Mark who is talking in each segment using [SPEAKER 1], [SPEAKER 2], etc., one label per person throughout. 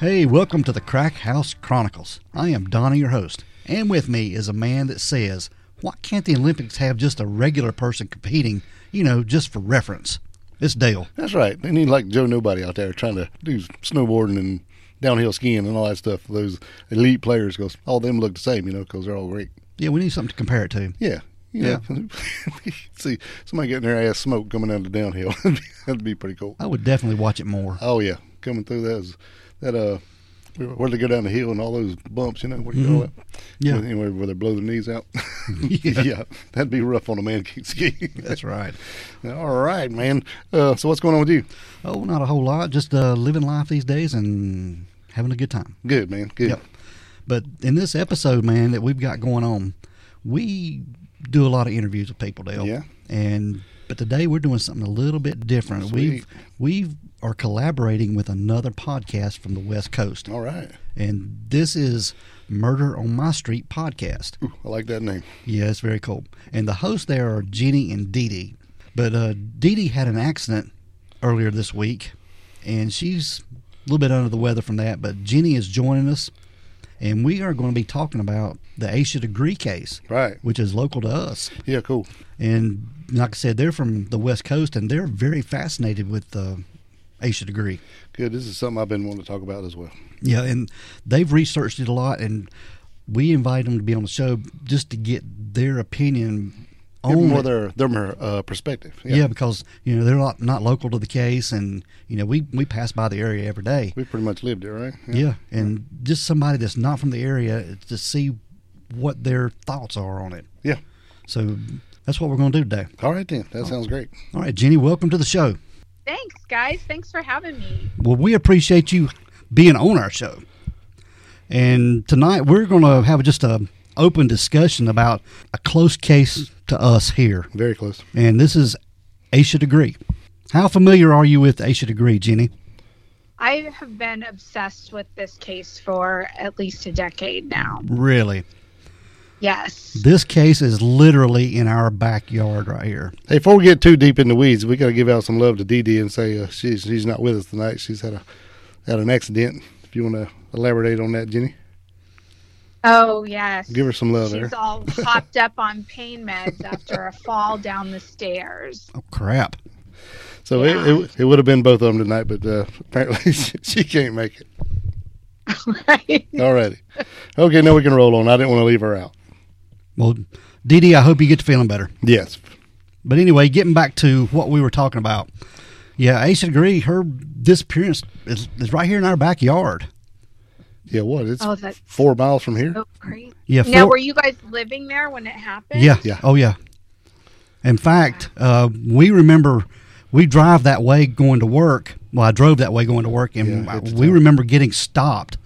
[SPEAKER 1] Hey, welcome to the Crack House Chronicles. I am Donnie, your host, and with me is a man that says, Why can't the Olympics have just a regular person competing, you know, just for reference? It's Dale.
[SPEAKER 2] That's right. They need like Joe Nobody out there trying to do snowboarding and downhill skiing and all that stuff. Those elite players, because all them look the same, you know, because they're all great.
[SPEAKER 1] Yeah, we need something to compare it to.
[SPEAKER 2] Yeah. You know, see somebody getting their ass smoked coming down the downhill. That'd be pretty cool.
[SPEAKER 1] I would definitely watch it more.
[SPEAKER 2] Oh yeah, coming through that is, that uh, where they go down the hill and all those bumps. You know, what do you call that?
[SPEAKER 1] Mm-hmm. Yeah.
[SPEAKER 2] Anyway, where they blow their knees out. yeah. that'd be rough on a man can't ski.
[SPEAKER 1] That's right.
[SPEAKER 2] all right, man. Uh, so what's going on with you?
[SPEAKER 1] Oh, not a whole lot. Just uh, living life these days and having a good time.
[SPEAKER 2] Good, man. Good.
[SPEAKER 1] Yep. But in this episode, man, that we've got going on, we do a lot of interviews with people, Dale.
[SPEAKER 2] Yeah.
[SPEAKER 1] And but today we're doing something a little bit different. We've we've are collaborating with another podcast from the West Coast,
[SPEAKER 2] All right.
[SPEAKER 1] and this is Murder on My Street podcast.
[SPEAKER 2] Ooh, I like that name.
[SPEAKER 1] Yeah, it's very cool. And the hosts there are Jeannie and Dee Dee. But uh, Dee Dee had an accident earlier this week, and she's a little bit under the weather from that. But Jeannie is joining us, and we are going to be talking about the Asia Degree case,
[SPEAKER 2] Right.
[SPEAKER 1] which is local to us.
[SPEAKER 2] Yeah. Cool.
[SPEAKER 1] And like I said, they're from the West Coast, and they're very fascinated with the Asia Degree.
[SPEAKER 2] Good. This is something I've been wanting to talk about as well.
[SPEAKER 1] Yeah, and they've researched it a lot, and we invited them to be on the show just to get their opinion
[SPEAKER 2] Give
[SPEAKER 1] on
[SPEAKER 2] more
[SPEAKER 1] it.
[SPEAKER 2] their their uh, perspective.
[SPEAKER 1] Yeah. because you know they're not not local to the case, and you know we we pass by the area every day.
[SPEAKER 2] We pretty much lived it, right?
[SPEAKER 1] Yeah, and just somebody that's not from the area to see what their thoughts are on it.
[SPEAKER 2] Yeah.
[SPEAKER 1] So that's what we're going to do today.
[SPEAKER 2] All right then. That sounds great.
[SPEAKER 1] All right, Jenny, welcome to the show.
[SPEAKER 3] Thanks, guys. Thanks for having me.
[SPEAKER 1] Well, we appreciate you being on our show, and tonight we're going to have just a open discussion about a close case to us here,
[SPEAKER 2] Very close.
[SPEAKER 1] and this is Asia Degree. How familiar are you with Asia Degree, Jenny?
[SPEAKER 3] I have been obsessed with this case for at least a decade now.
[SPEAKER 1] Really?
[SPEAKER 3] Yes.
[SPEAKER 1] This case is literally in our backyard right here.
[SPEAKER 2] Hey, before we get too deep in the weeds, we got to give out some love to Dee Dee and say uh, she's she's not with us tonight. She's had a had an accident. If you want to elaborate on that, Jenny,
[SPEAKER 3] Oh, yes.
[SPEAKER 2] give her some love there.
[SPEAKER 3] She's all hopped up on pain meds after a fall down the stairs.
[SPEAKER 1] Oh crap!
[SPEAKER 2] So it, it, it would have been both of them tonight, but uh, apparently she, she can't make it.
[SPEAKER 3] Right?
[SPEAKER 2] All righty. Okay, now we can roll on. I didn't want to leave her out.
[SPEAKER 1] Well, Dee Dee, I hope you get to feeling better.
[SPEAKER 2] Yes.
[SPEAKER 1] But anyway, getting back to what we were talking about, yeah, Aisha Degree, her disappearance is, is right here in our backyard.
[SPEAKER 2] Yeah, what? It's
[SPEAKER 3] Oh, that's
[SPEAKER 2] four miles from here?
[SPEAKER 3] so great.
[SPEAKER 1] Yeah,
[SPEAKER 3] now,
[SPEAKER 1] four-
[SPEAKER 3] were you guys living there when it happened?
[SPEAKER 1] yeah,
[SPEAKER 2] Yeah.
[SPEAKER 1] oh yeah. In fact, uh, we remember we drive that way going to work. Well, I drove that way going to work, and
[SPEAKER 2] Yeah, it's
[SPEAKER 1] we
[SPEAKER 2] tough.
[SPEAKER 1] remember getting stopped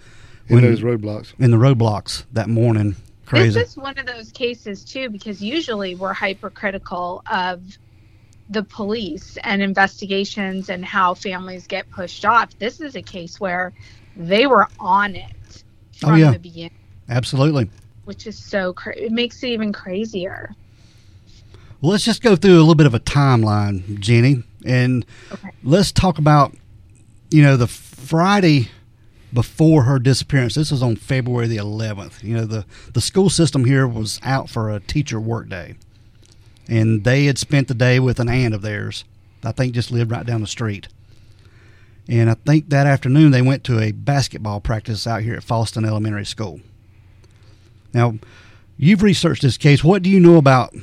[SPEAKER 2] In
[SPEAKER 1] when-
[SPEAKER 2] those roadblocks.
[SPEAKER 1] in the roadblocks that morning. Crazy.
[SPEAKER 3] This is one of those cases too, because usually we're hypercritical of the police and investigations and how families get pushed off. This is a case where they were on it
[SPEAKER 1] Oh,
[SPEAKER 3] from
[SPEAKER 1] yeah.
[SPEAKER 3] the beginning,
[SPEAKER 1] Absolutely.
[SPEAKER 3] which is so cra- it makes it even crazier.
[SPEAKER 1] Well, let's just go through a little bit of a timeline, Jenny, and
[SPEAKER 3] Okay.
[SPEAKER 1] let's talk about you know the Friday before her disappearance. This was on February the 11th. You know the the school system here was out for a teacher workday, and they had spent the day with an aunt of theirs. I think just lived right down the street. And I think that afternoon they went to a basketball practice out here at Falston Elementary School. Now, you've researched this case. What do you know about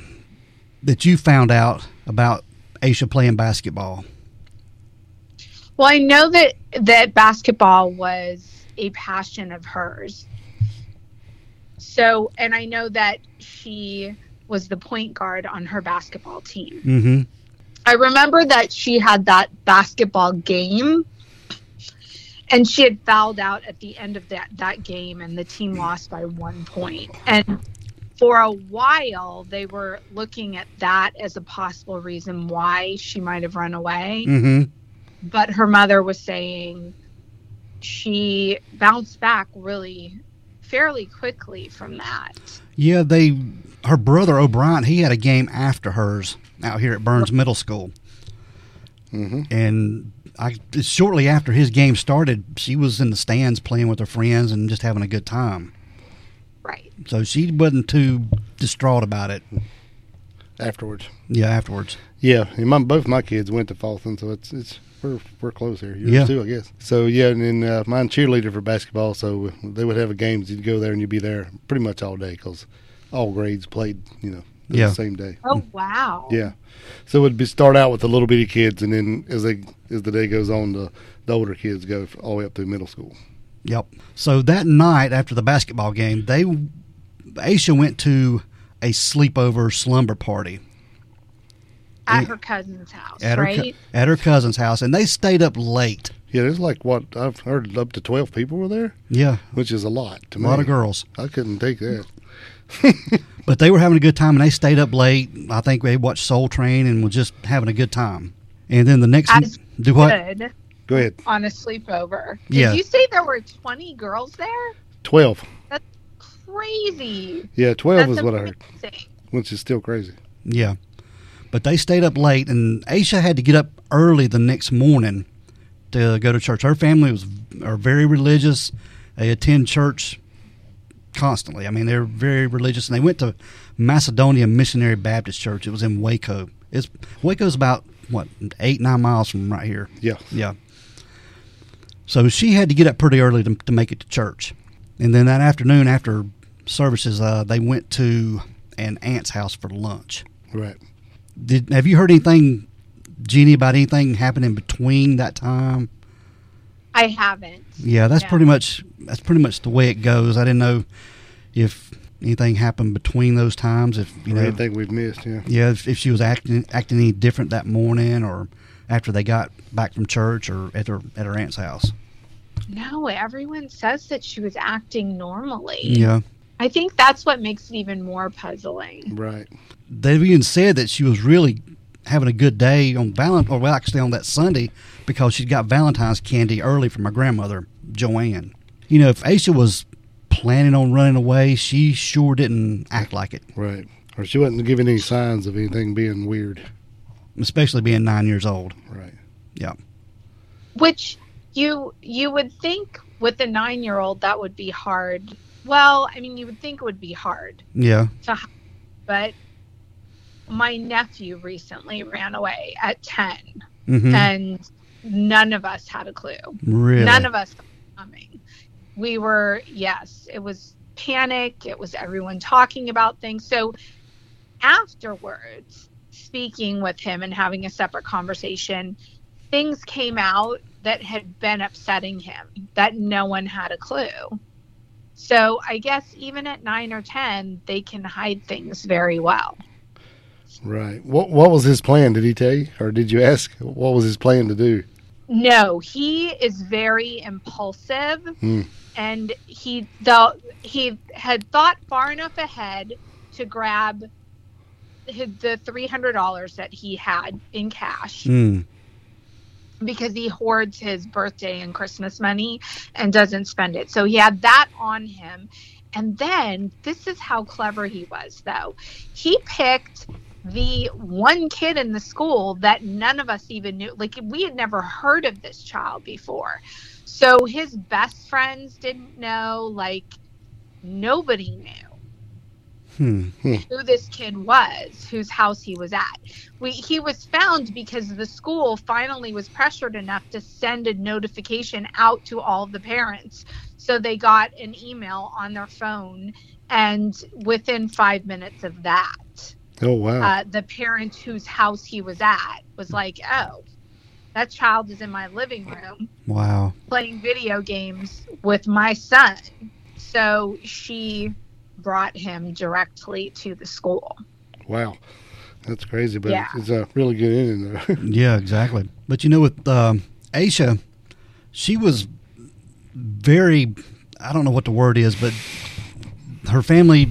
[SPEAKER 1] that you found out about Aisha playing basketball.
[SPEAKER 3] Well, I know that that basketball was a passion of hers. So, and I know that she was the point guard on her basketball team.
[SPEAKER 1] Mm-hmm.
[SPEAKER 3] I remember that she had that basketball game and she had fouled out at the end of that, that game and the team lost by one point. And for a while they were looking at that as a possible reason why she might have run away.
[SPEAKER 1] Mm-hmm.
[SPEAKER 3] But her mother was saying she bounced back really fairly quickly from that.
[SPEAKER 1] Yeah, they. Her brother O'Brien, he had a game after hers out here at Burns Middle School,
[SPEAKER 2] Mm-hmm.
[SPEAKER 1] and I shortly after his game started, she was in the stands playing with her friends and just having a good time.
[SPEAKER 3] Right.
[SPEAKER 1] So she wasn't too distraught about it.
[SPEAKER 2] afterwards.
[SPEAKER 1] Yeah, afterwards.
[SPEAKER 2] Yeah, and my both my kids went to Fulton, so it's it's we're we're close here. Yours
[SPEAKER 1] Yeah.
[SPEAKER 2] too, I guess. So yeah, and then uh, mine cheerleader for basketball, so they would have a games. You'd go there and you'd be there pretty much all day because all grades played, you know, the
[SPEAKER 1] Yeah.
[SPEAKER 2] same day.
[SPEAKER 3] Oh wow.
[SPEAKER 2] Yeah, so it'd be start out with the little bitty kids, and then as they as the day goes on, the the older kids go f- all the way up through middle school.
[SPEAKER 1] Yep. So that night after the basketball game, they Aisha went to a sleepover slumber party
[SPEAKER 3] At her cousin's house,
[SPEAKER 1] at her
[SPEAKER 3] right?
[SPEAKER 1] cou- at her cousin's house, and they stayed up late.
[SPEAKER 2] Yeah, there's like what I've heard up to twelve people were there,
[SPEAKER 1] Yeah,
[SPEAKER 2] which is a lot to
[SPEAKER 1] a lot
[SPEAKER 2] me.
[SPEAKER 1] of girls,
[SPEAKER 2] I couldn't take that.
[SPEAKER 1] but they were having a good time, and they stayed up late. I think they watched Soul Train and was just having a good time. And then the next
[SPEAKER 3] As
[SPEAKER 1] do what?
[SPEAKER 3] Good
[SPEAKER 2] Go ahead,
[SPEAKER 3] on a sleepover. Did
[SPEAKER 1] Yeah.
[SPEAKER 3] you say there were twenty girls there?
[SPEAKER 2] twelve.
[SPEAKER 3] Crazy.
[SPEAKER 2] Yeah, twelve is what I heard,
[SPEAKER 3] amazing.
[SPEAKER 2] which is still crazy.
[SPEAKER 1] Yeah, but they stayed up late, and Aisha had to get up early the next morning to go to church. Her family was are very religious; they attend church constantly. I mean, they're very religious, and they went to Macedonia Missionary Baptist Church. It was in Waco. It's Waco's about what eight nine miles from right here.
[SPEAKER 2] Yeah.
[SPEAKER 1] Yeah. So she had to get up pretty early to, to make it to church. And then that afternoon, after services, uh, they went to an aunt's house for lunch.
[SPEAKER 2] Right.
[SPEAKER 1] Did Have you heard anything, Jeannie, about anything happening between that time?
[SPEAKER 3] I haven't.
[SPEAKER 1] Yeah, that's
[SPEAKER 3] Yeah.
[SPEAKER 1] pretty much that's pretty much the way it goes. I didn't know if anything happened between those times. If you
[SPEAKER 2] Or
[SPEAKER 1] know,
[SPEAKER 2] anything we've missed. Yeah.
[SPEAKER 1] yeah, if, if she was acting acting any different that morning or after they got back from church or at her at her aunt's house.
[SPEAKER 3] No, everyone says that she was acting normally.
[SPEAKER 1] Yeah.
[SPEAKER 3] I think that's what makes it even more puzzling.
[SPEAKER 2] Right.
[SPEAKER 1] they've even said that she was really having a good day on Valentine, or well, actually on that Sunday, because she got Valentine's candy early from my grandmother, Joanne. You know, if Aisha was planning on running away, she sure didn't act like it,
[SPEAKER 2] Right. Or she wasn't giving any signs of anything being weird.
[SPEAKER 1] especially being nine years old.
[SPEAKER 2] Right.
[SPEAKER 1] Yeah.
[SPEAKER 3] Which you you would think with a nine year old that would be hard. Well, I mean you would think it would be hard
[SPEAKER 1] Yeah.
[SPEAKER 3] to hide, but my nephew recently ran away at 10
[SPEAKER 1] hmm
[SPEAKER 3] and none of us had a clue.
[SPEAKER 1] really.
[SPEAKER 3] Uh, None of us saw it coming. We were yes, it was panic, it was everyone talking about things. So afterwards, speaking with him and having a separate conversation, things came out that had been upsetting him that no one had a clue. So I guess even at 9 or 10, they can hide things very well.
[SPEAKER 2] Right. What What was his plan? Did he tell you, or did you ask? What was his plan to do?
[SPEAKER 3] No, he is very impulsive,
[SPEAKER 2] Hmm.
[SPEAKER 3] and he though he had thought far enough ahead to grab his, the three hundred dollars that he had in cash
[SPEAKER 1] Mm.
[SPEAKER 3] because he hoards his birthday and Christmas money and doesn't spend it. So he had that on him. And then this is how clever he was, though. He picked the one kid in the school that none of us even knew. Like, we had never heard of this child before. So his best friends didn't know, like, nobody knew
[SPEAKER 1] Hmm.
[SPEAKER 3] who this kid was, whose house he was at. We, he was found because the school finally was pressured enough to send a notification out to all of the parents. So they got an email on their phone, and within five minutes of that,
[SPEAKER 2] Oh wow.
[SPEAKER 3] uh, the parent whose house he was at was like, "Oh, that child is in my living room
[SPEAKER 1] Wow.
[SPEAKER 3] playing video games with my son." So she brought him directly to the school.
[SPEAKER 2] wow. That's crazy, but
[SPEAKER 3] Yeah.
[SPEAKER 2] it's a really good ending though.
[SPEAKER 1] Yeah, exactly. But you know, with um, Aisha, she was very, I don't know what the word is, but her family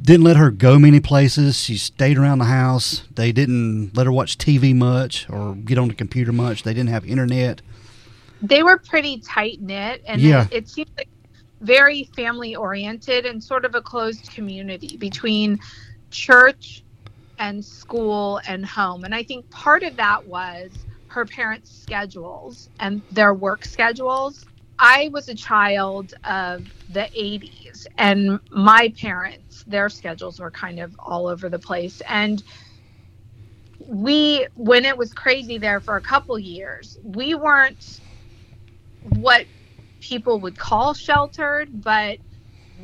[SPEAKER 1] didn't let her go many places. She stayed around the house. They didn't let her watch TV much or get on the computer much. They didn't have internet.
[SPEAKER 3] they were pretty tight knit and
[SPEAKER 1] Yeah.
[SPEAKER 3] it, it seemed like very family oriented and sort of a closed community between church and school and home and i think part of that was her parents' schedules and their work schedules. I was a child of the 80s, and my parents, their schedules were kind of all over the place. And we, when it was crazy there for a couple years, we weren't what people would call sheltered, but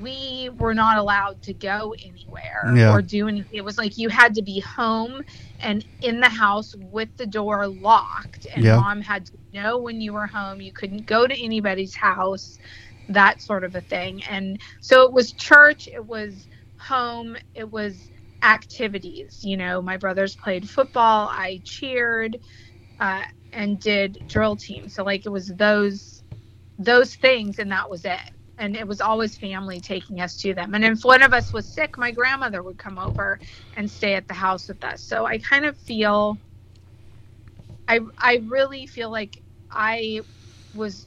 [SPEAKER 3] we were not allowed to go anywhere
[SPEAKER 1] Yeah.
[SPEAKER 3] or do anything. It was like you had to be home and in the house with the door locked. And
[SPEAKER 1] Yeah.
[SPEAKER 3] mom had to know when you were home. You couldn't go to anybody's house, that sort of a thing. And so it was church, it was home, it was activities. You know, my brothers played football, I cheered. Uh, and did drill team. So like it was those those things and that was it. And it was always family taking us to them. And if one of us was sick, my grandmother would come over and stay at the house with us. So I kind of feel I I really feel like I was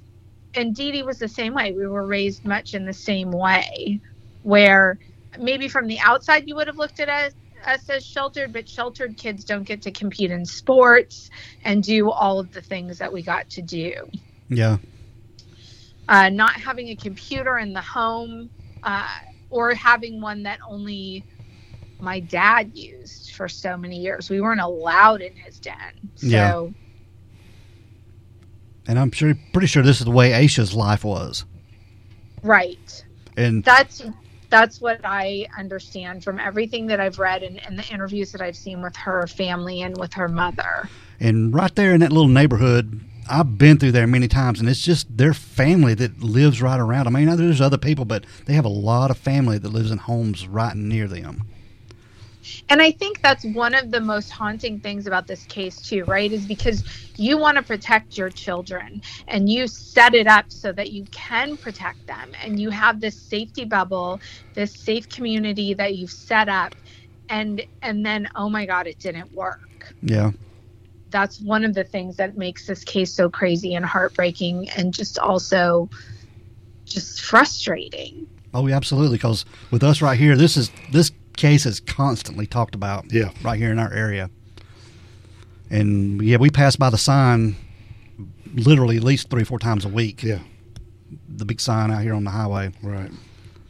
[SPEAKER 3] and Dee Dee was the same way. We were raised much in the same way where maybe from the outside you would have looked at us us as sheltered, but sheltered kids don't get to compete in sports and do all of the things that we got to do.
[SPEAKER 1] Yeah.
[SPEAKER 3] Uh, not having a computer in the home uh, or having one that only my dad used for so many years. We weren't allowed in his den. So,
[SPEAKER 1] Yeah. And I'm sure, pretty sure this is the way Aisha's life was.
[SPEAKER 3] right.
[SPEAKER 1] And
[SPEAKER 3] That's. That's what I understand from everything that I've read and, and the interviews that I've seen with her family and with her mother.
[SPEAKER 1] and right there in that little neighborhood, I've been through there many times, and it's just their family that lives right around. I mean, there's other people, but they have a lot of family that lives in homes right near them.
[SPEAKER 3] And I think that's one of the most haunting things about this case, too, right? Is because you want to protect your children and you set it up so that you can protect them. And you have this safety bubble, this safe community that you've set up. And, and then, oh my God, it didn't work.
[SPEAKER 1] Yeah.
[SPEAKER 3] That's one of the things that makes this case so crazy and heartbreaking and just also just frustrating.
[SPEAKER 1] Oh, yeah, absolutely. Because with us right here, this is this case is constantly talked about.
[SPEAKER 2] Yeah.
[SPEAKER 1] Right here in our area. And yeah, we pass by the sign literally at least three or four times a week.
[SPEAKER 2] Yeah.
[SPEAKER 1] The big sign out here on the highway.
[SPEAKER 2] Right.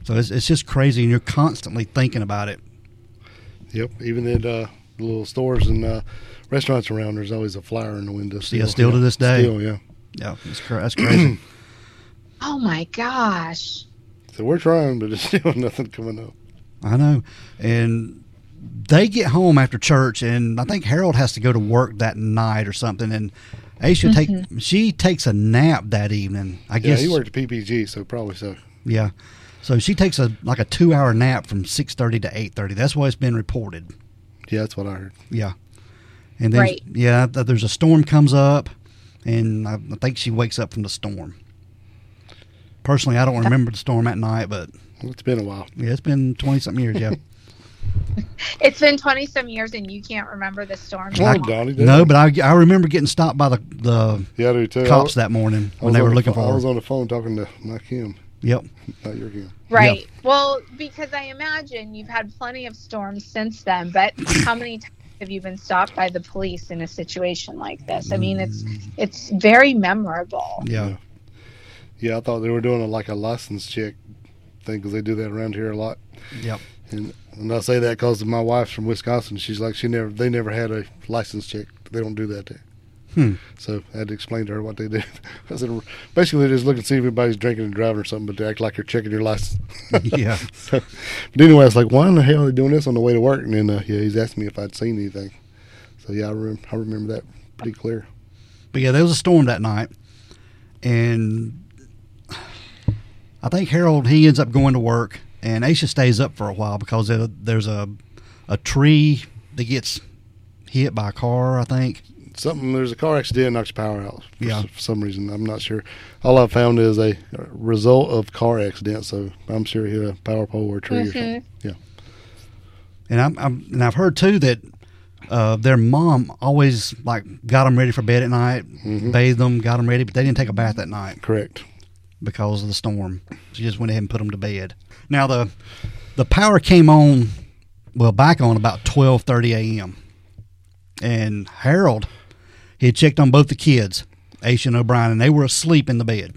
[SPEAKER 1] So it's, it's just crazy, and you're constantly thinking about it.
[SPEAKER 2] Yep. Even at uh, the little stores and uh, restaurants around, there's always a flyer in the window. Still,
[SPEAKER 1] still to this day.
[SPEAKER 2] Still, yeah.
[SPEAKER 1] Yeah, it's cra- that's crazy.
[SPEAKER 3] Oh my gosh.
[SPEAKER 2] So we're trying, but it's still nothing coming up.
[SPEAKER 1] I know. And they get home after church, and I think Harold has to go to work that night or something. And Aisha take she takes a nap that evening. I
[SPEAKER 2] Yeah,
[SPEAKER 1] guess
[SPEAKER 2] he worked at PPG, so probably so.
[SPEAKER 1] Yeah. So she takes a like a two hour nap from six thirty to eight thirty. That's why it's been reported.
[SPEAKER 2] Yeah, that's what I heard.
[SPEAKER 1] Yeah. And then
[SPEAKER 3] Right.
[SPEAKER 1] yeah, th- there's a storm comes up, and I, I think she wakes up from the storm. Personally, I don't remember the storm that night, but
[SPEAKER 2] Well, it's been a while.
[SPEAKER 1] yeah, it's been twenty something years. Yeah.
[SPEAKER 3] It's been 20 some years and you can't remember the storm.
[SPEAKER 2] Come on, Donnie. dude.
[SPEAKER 1] no, but I, I remember getting stopped by the the
[SPEAKER 2] yeah, I do too. I
[SPEAKER 1] cops
[SPEAKER 2] was-
[SPEAKER 1] that morning when
[SPEAKER 2] I was
[SPEAKER 1] they
[SPEAKER 2] on
[SPEAKER 1] were
[SPEAKER 2] the
[SPEAKER 1] looking
[SPEAKER 2] pho-
[SPEAKER 1] for
[SPEAKER 2] I
[SPEAKER 1] her.
[SPEAKER 2] was on the phone talking to my Kim,
[SPEAKER 1] Yep.
[SPEAKER 2] not your Kim.
[SPEAKER 3] Right. Well, because I imagine you've had plenty of storms since then, but how many times have you been stopped by the police in a situation like this? I mean, it's it's very memorable.
[SPEAKER 1] Yeah.
[SPEAKER 2] Yeah, I thought they were doing a, like a license check thing because they do that around here a lot.
[SPEAKER 1] Yep.
[SPEAKER 2] And, and I say that because my wife's from Wisconsin. She's like, she never, they never had a license check. They don't do that there.
[SPEAKER 1] Hmm.
[SPEAKER 2] So I had to explain to her what they did. I said, basically, they just look and see if anybody's drinking and driving or something, but they act like you're checking your license.
[SPEAKER 1] Yeah.
[SPEAKER 2] so, but anyway, I was like, why in the hell are they doing this on the way to work? And then, uh, yeah, he's asking me if I'd seen anything. So yeah, I, rem- I remember that pretty clear.
[SPEAKER 1] But yeah, there was a storm that night, and I think Harold he ends up going to work, and Aisha stays up for a while because there- there's a a tree that gets hit by a car. I think.
[SPEAKER 2] something there's a car accident and knocks the power out for,
[SPEAKER 1] Yeah.
[SPEAKER 2] s- for some reason i'm not sure all i've found is a result of car accident so i'm sure he hit a power pole or a tree or something yeah
[SPEAKER 1] And I'm, I'm and I've heard too that uh, their mom always like got them ready for bed at night,
[SPEAKER 2] Mm-hmm.
[SPEAKER 1] bathed them, got them ready, but they didn't take a bath that night.
[SPEAKER 2] correct
[SPEAKER 1] because of the storm. She just went ahead and put them to bed. Now the the power came on, well, back on about twelve thirty a.m. And Harold, He had checked on both the kids, Aisha and O'Brien, and they were asleep in the bed.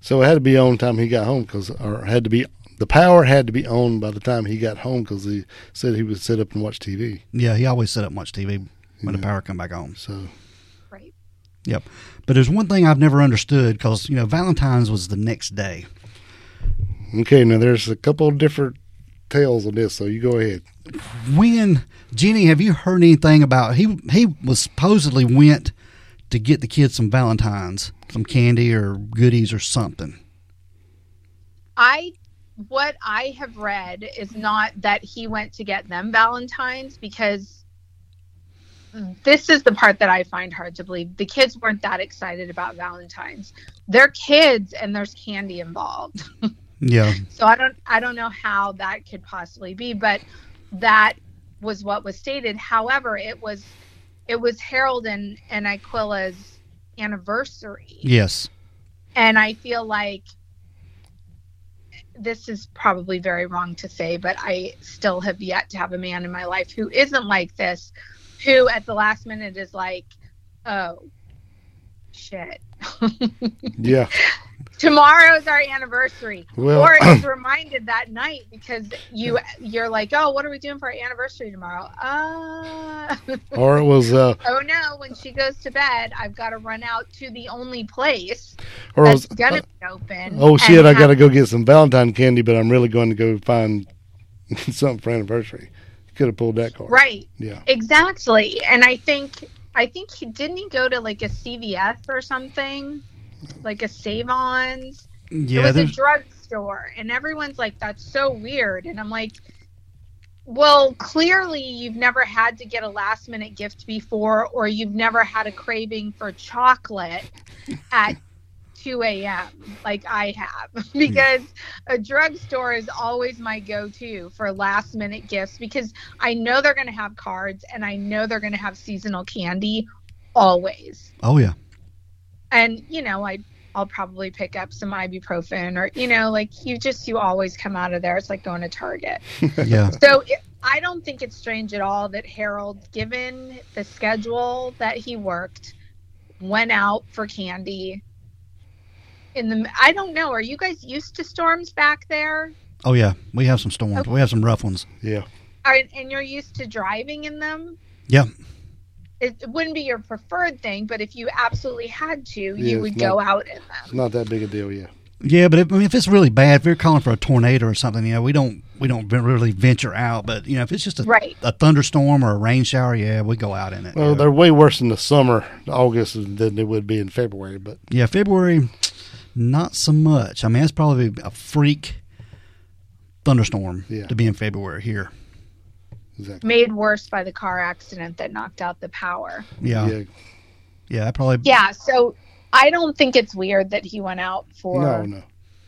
[SPEAKER 2] So it had to be on time he got home because, or had to be the power had to be on by the time he got home because he said he would sit up and watch TV.
[SPEAKER 1] Yeah, he always set up much TV when the power come back on.
[SPEAKER 2] So
[SPEAKER 3] Right.
[SPEAKER 1] Yep. But there's one thing I've never understood because you know Valentine's was the next day.
[SPEAKER 2] okay, now there's a couple of different tales on this. So you go ahead.
[SPEAKER 1] When Jenny, have you heard anything about he? He was supposedly went to get the kids some Valentines, some candy or goodies or something.
[SPEAKER 3] I what I have read is not that he went to get them Valentines because this is the part that I find hard to believe. The kids weren't that excited about Valentines. They're kids and there's candy involved.
[SPEAKER 1] Yeah.
[SPEAKER 3] So I don't I don't know how that could possibly be, but that was what was stated. However, it was it was Harold and, and Aquila's anniversary
[SPEAKER 1] Yes.
[SPEAKER 3] and I feel like this is probably very wrong to say, but I still have yet to have a man in my life who isn't like this, who at the last minute is like, oh, shit.
[SPEAKER 2] Yeah.
[SPEAKER 3] Tomorrow's our anniversary.
[SPEAKER 2] Well,
[SPEAKER 3] or it's reminded that night because you you're like, oh, what are we doing for our anniversary tomorrow? Uh,
[SPEAKER 2] or it was, uh,
[SPEAKER 3] oh no, when she goes to bed, I've got to run out to the only place
[SPEAKER 2] or it was. uh,
[SPEAKER 3] that's gonna be open.
[SPEAKER 2] Oh
[SPEAKER 3] and
[SPEAKER 2] shit! I
[SPEAKER 3] have
[SPEAKER 2] gotta go get some Valentine candy, but I'm really going to go find something for anniversary. Could have pulled that card.
[SPEAKER 3] Right,
[SPEAKER 2] Yeah.
[SPEAKER 3] exactly. And I think I think he didn't he go to like a CVS or something, like a Save Ons.
[SPEAKER 1] Yeah.
[SPEAKER 3] it was a
[SPEAKER 1] there's-
[SPEAKER 3] drugstore, and everyone's like, "That's so weird." And I'm like, "Well, clearly you've never had to get a last minute gift before, or you've never had a craving for chocolate at." 2 a.m. like I have
[SPEAKER 1] Hmm.
[SPEAKER 3] because a drugstore is always my go-to for last minute gifts because I know they're going to have cards and I know they're going to have seasonal candy always.
[SPEAKER 1] oh yeah.
[SPEAKER 3] And you know, I I'll probably pick up some ibuprofen or you know, like you just you always come out of there. It's like going to Target.
[SPEAKER 1] Yeah.
[SPEAKER 3] So it, I don't think it's strange at all that Harold, given the schedule that he worked, went out for candy. In the I don't know. Are you guys used to storms back there?
[SPEAKER 1] Oh yeah. We have some storms. We have some rough ones.
[SPEAKER 2] Yeah.
[SPEAKER 3] Are, and you're used to driving in them?
[SPEAKER 1] Yeah.
[SPEAKER 3] it, it wouldn't be your preferred thing, but if you absolutely had to,
[SPEAKER 2] Yeah,
[SPEAKER 3] you would
[SPEAKER 2] it's
[SPEAKER 3] go out in
[SPEAKER 2] It's
[SPEAKER 3] them.
[SPEAKER 2] not that big a deal. Yeah.
[SPEAKER 1] Yeah, but if, I mean, if it's really bad, if you're calling for a tornado or something, you know, we don't we don't ven- really venture out. But you know, if it's just a,
[SPEAKER 3] Right.
[SPEAKER 1] a thunderstorm or a rain shower, yeah, we go out in it.
[SPEAKER 2] Well,
[SPEAKER 1] yeah.
[SPEAKER 2] they're way worse in the summer, August, than they would be in February. But
[SPEAKER 1] Yeah, February, not so much. I mean, that's probably a freak thunderstorm
[SPEAKER 2] Yeah.
[SPEAKER 1] to be in February here.
[SPEAKER 2] exactly.
[SPEAKER 3] Made worse by the car accident that knocked out the power.
[SPEAKER 1] Yeah, yeah, I probably.
[SPEAKER 3] Yeah, so I don't think it's weird that he went out for.
[SPEAKER 2] No, no.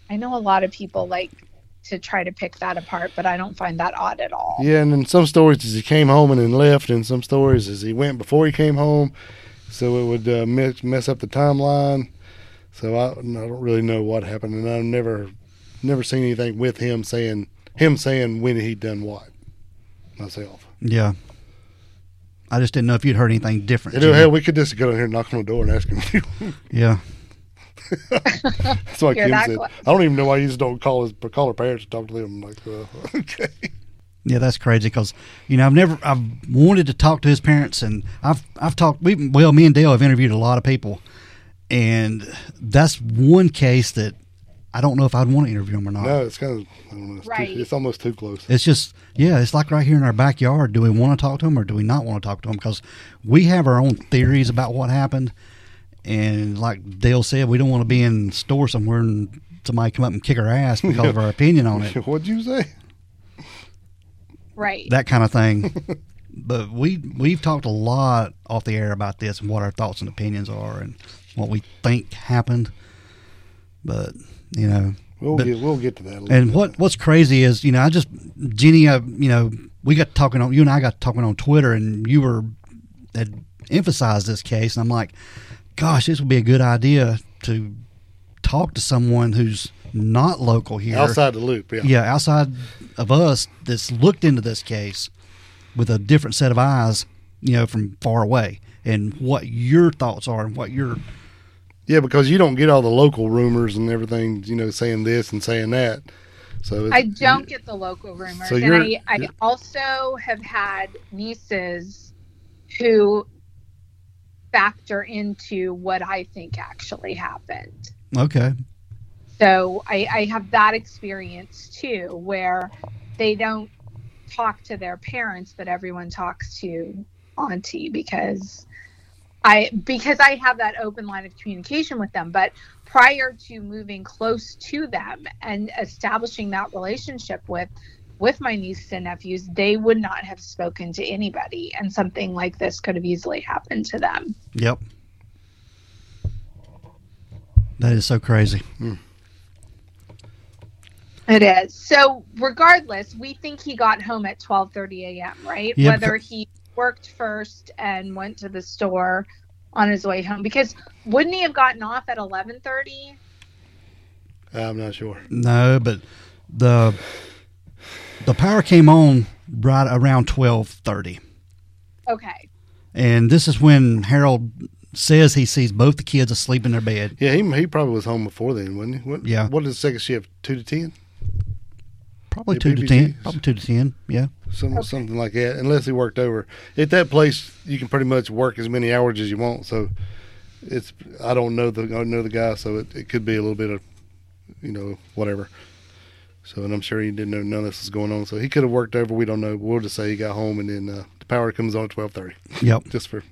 [SPEAKER 3] I know a lot of people like to try to pick that apart, but I don't find that odd at all.
[SPEAKER 2] Yeah, and in some stories is he came home and then left, and some stories is he went before he came home, so it would uh, mess, mess up the timeline. So I, I don't really know what happened, and I've never, never seen anything with him saying him saying when he done what. Myself,
[SPEAKER 1] yeah. I just didn't know if you'd heard anything different.
[SPEAKER 2] you know,
[SPEAKER 1] Jimmy.
[SPEAKER 2] hell, we could just go down here, and knock on the door, and ask him.
[SPEAKER 1] Yeah,
[SPEAKER 2] That's what
[SPEAKER 3] Hear
[SPEAKER 2] Kim
[SPEAKER 3] that
[SPEAKER 2] said.
[SPEAKER 3] question.
[SPEAKER 2] I don't even know why you just don't call his call her parents and talk to them. I'm like, well, okay,
[SPEAKER 1] yeah, that's crazy because you know I've never I've wanted to talk to his parents and I've I've talked we well me and Dale have interviewed a lot of people and that's one case that I don't know if I'd want to interview him or not.
[SPEAKER 2] no, it's kind of I don't know, it's, too-
[SPEAKER 3] Right.
[SPEAKER 2] it's almost too close.
[SPEAKER 1] It's just, yeah, it's like right here in our backyard. Do we want to talk to them or do we not want to talk to them? Because we have our own theories about what happened. And like Dale said, we don't want to be in store somewhere and somebody come up and kick our ass because of our opinion on it,
[SPEAKER 2] What'd you say?
[SPEAKER 3] Right.
[SPEAKER 1] that kind of thing. But we we've talked a lot off the air about this and what our thoughts and opinions are and what we think happened. But you know,
[SPEAKER 2] We'll
[SPEAKER 1] But-
[SPEAKER 2] get we'll get to that. A little
[SPEAKER 1] And
[SPEAKER 2] bit.
[SPEAKER 1] what what's crazy is you know I just Jenny, uh, you know we got talking on you and I got talking on Twitter, and you were had emphasized this case, and I'm like, gosh, this would be a good idea to talk to someone who's not local here,
[SPEAKER 2] outside the loop? Yeah,
[SPEAKER 1] yeah, outside of us that's looked into this case with a different set of eyes, you know, from far away, and what your thoughts are and what your
[SPEAKER 2] Yeah, because you don't get all the local rumors and everything, you know, saying this and saying that. So it-
[SPEAKER 3] I don't get the local rumors.
[SPEAKER 2] So
[SPEAKER 3] and
[SPEAKER 2] you're-
[SPEAKER 3] I, I
[SPEAKER 2] you're-
[SPEAKER 3] also have had nieces who factor into what I think actually happened.
[SPEAKER 1] okay
[SPEAKER 3] So I, I have that experience too, where they don't talk to their parents, but everyone talks to auntie because I because I have that open line of communication with them. But prior to moving close to them and establishing that relationship with with my nieces and nephews, they would not have spoken to anybody, and something like this could have easily happened to them.
[SPEAKER 1] yep that is so crazy
[SPEAKER 3] It is. So regardless, we think he got home at 12:30 a.m., right?
[SPEAKER 1] Yeah,
[SPEAKER 3] Whether he worked first and went to the store on his way home because wouldn't he have gotten off at 11:30?
[SPEAKER 2] I'm not sure.
[SPEAKER 1] no but the the power came on right around 1230
[SPEAKER 3] Okay.
[SPEAKER 1] and this is when harold says he sees both the kids asleep in their bed
[SPEAKER 2] Yeah, he, he probably was home before then, wasn't he? What,
[SPEAKER 1] Yeah.
[SPEAKER 2] What is the second shift? Two to ten,
[SPEAKER 1] probably
[SPEAKER 2] Yeah,
[SPEAKER 1] two to
[SPEAKER 2] PPG.
[SPEAKER 1] ten probably two to ten yeah
[SPEAKER 2] some, something like that. Unless he worked over at that place, you can pretty much work as many hours as you want. So it's I don't know the I don't know the guy, so it, it could be a little bit of you know whatever. So and I'm sure he didn't know none of this was going on. So he could have worked over. We don't know. We'll just say he got home and then uh, the power comes on at twelve thirty.
[SPEAKER 1] yep
[SPEAKER 2] Just for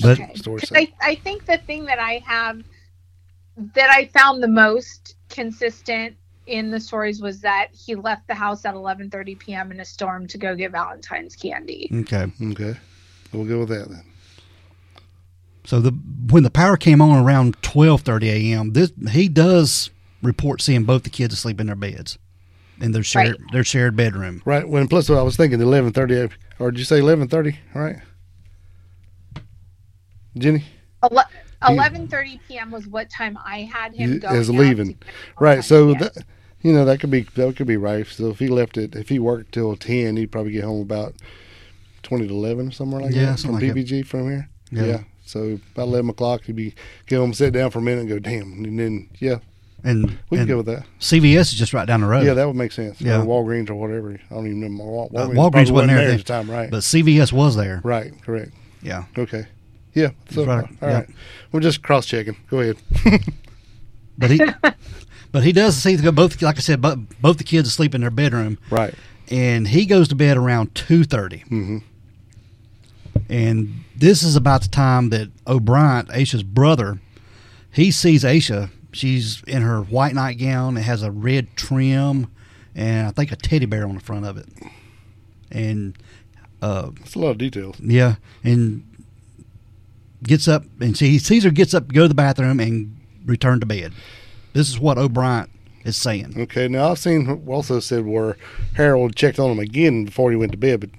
[SPEAKER 1] but
[SPEAKER 3] Okay.
[SPEAKER 2] story
[SPEAKER 3] 'Cause
[SPEAKER 2] sake.
[SPEAKER 3] I, I think the thing that I have that I found the most consistent in the stories was that he left the house at 11:30 p.m. in a storm to go get Valentine's candy.
[SPEAKER 1] okay
[SPEAKER 2] okay. We'll go with that then.
[SPEAKER 1] So the when the power came on around twelve thirty a.m., this he does report seeing both the kids asleep in their beds in their shared their shared bedroom.
[SPEAKER 2] Right. When plus I was thinking eleven thirty, or did you say eleven thirty? Right. Jenny.
[SPEAKER 3] Ele- 11:30 p.m. was what time I had him
[SPEAKER 2] He
[SPEAKER 3] going
[SPEAKER 2] is
[SPEAKER 3] out
[SPEAKER 2] leaving.
[SPEAKER 3] to get
[SPEAKER 2] Right.
[SPEAKER 3] outside.
[SPEAKER 2] So
[SPEAKER 3] Yeah.
[SPEAKER 2] that you know that could be that could be right. So if he left it, if he worked till ten, he'd probably get home about twenty to eleven or somewhere like
[SPEAKER 1] Yeah,
[SPEAKER 2] that
[SPEAKER 1] something
[SPEAKER 2] from
[SPEAKER 1] like that.
[SPEAKER 2] PBG from here.
[SPEAKER 1] Yeah.
[SPEAKER 2] Yeah. So about eleven o'clock, he'd be get home, sit down for a minute, and go damn, and then yeah,
[SPEAKER 1] And,
[SPEAKER 2] we
[SPEAKER 1] and
[SPEAKER 2] can go with that.
[SPEAKER 1] CVS is just right down the road.
[SPEAKER 2] Yeah, that would make sense.
[SPEAKER 1] Yeah.
[SPEAKER 2] Or Walgreens or whatever. I don't even know. Wal-
[SPEAKER 1] Uh,
[SPEAKER 2] Walgreens,
[SPEAKER 1] Walgreens
[SPEAKER 2] probably
[SPEAKER 1] wasn't there then.
[SPEAKER 2] at the time, right?
[SPEAKER 1] but CVS was there.
[SPEAKER 2] right. Correct.
[SPEAKER 1] Yeah.
[SPEAKER 2] Okay. Yeah. So,
[SPEAKER 1] right.
[SPEAKER 2] All
[SPEAKER 1] Yeah.
[SPEAKER 2] right. We're just cross checking. Go ahead.
[SPEAKER 1] But he but he does see the- both like I said both, both the kids asleep in their bedroom
[SPEAKER 2] Right.
[SPEAKER 1] and he goes to bed around two thirty.
[SPEAKER 2] hmm
[SPEAKER 1] And this is about the time that O'Brien, Aisha's brother, he sees Aisha. She's in her white nightgown. It has a red trim and I think a teddy bear on the front of it. And uh,
[SPEAKER 2] That's a lot of details.
[SPEAKER 1] yeah, and gets up and she, he sees her gets up, go to the bathroom, and return to bed. This is what O'Brien is saying.
[SPEAKER 2] Okay. Now I've seen also said where Harold checked on him again before he went to bed, but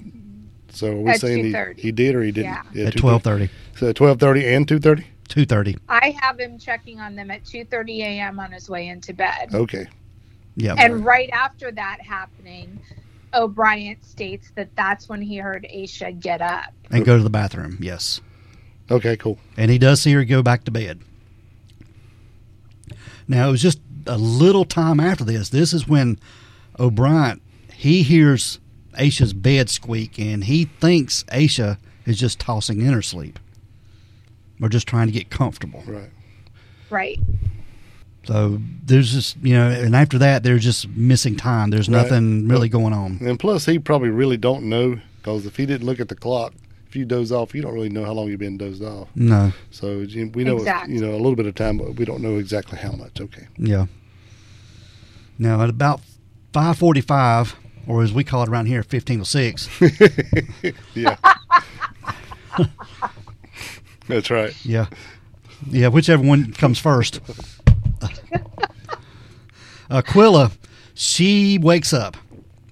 [SPEAKER 2] so are we
[SPEAKER 3] At
[SPEAKER 2] saying he,
[SPEAKER 3] 2:30.
[SPEAKER 2] he did or he didn't?
[SPEAKER 3] Yeah.
[SPEAKER 1] At
[SPEAKER 2] 2:30.
[SPEAKER 1] 12:30,
[SPEAKER 2] So twelve thirty and two thirty.
[SPEAKER 1] 2:30.
[SPEAKER 3] I have him checking on them at 2:30 a.m. on his way into bed.
[SPEAKER 2] Okay.
[SPEAKER 1] Yeah.
[SPEAKER 3] And right after that happening, O'Brien states that that's when he heard Aisha get up.
[SPEAKER 1] and go to the bathroom. Yes.
[SPEAKER 2] Okay. Cool.
[SPEAKER 1] and he does see her go back to bed. Now it was just a little time after this. This is when O'Brien he hears Aisha's bed squeak, and he thinks Aisha is just tossing in her sleep, or just trying to get comfortable.
[SPEAKER 2] Right.
[SPEAKER 3] Right.
[SPEAKER 1] So there's just you know, and after that there's just missing time. There's
[SPEAKER 2] Right.
[SPEAKER 1] nothing really going on.
[SPEAKER 2] And plus, he probably really don't know because if he didn't look at the clock, if you doze off, you don't really know how long you've been dozed off.
[SPEAKER 1] No,
[SPEAKER 2] So you- we know
[SPEAKER 3] Exactly.
[SPEAKER 2] you know a little bit of time, but we don't know exactly how much. Okay.
[SPEAKER 1] yeah. Now at about five forty-five, or as we call it around here, fifteen to six.
[SPEAKER 2] Yeah. That's right.
[SPEAKER 1] Yeah. Yeah, whichever one comes first. Aquila, she wakes up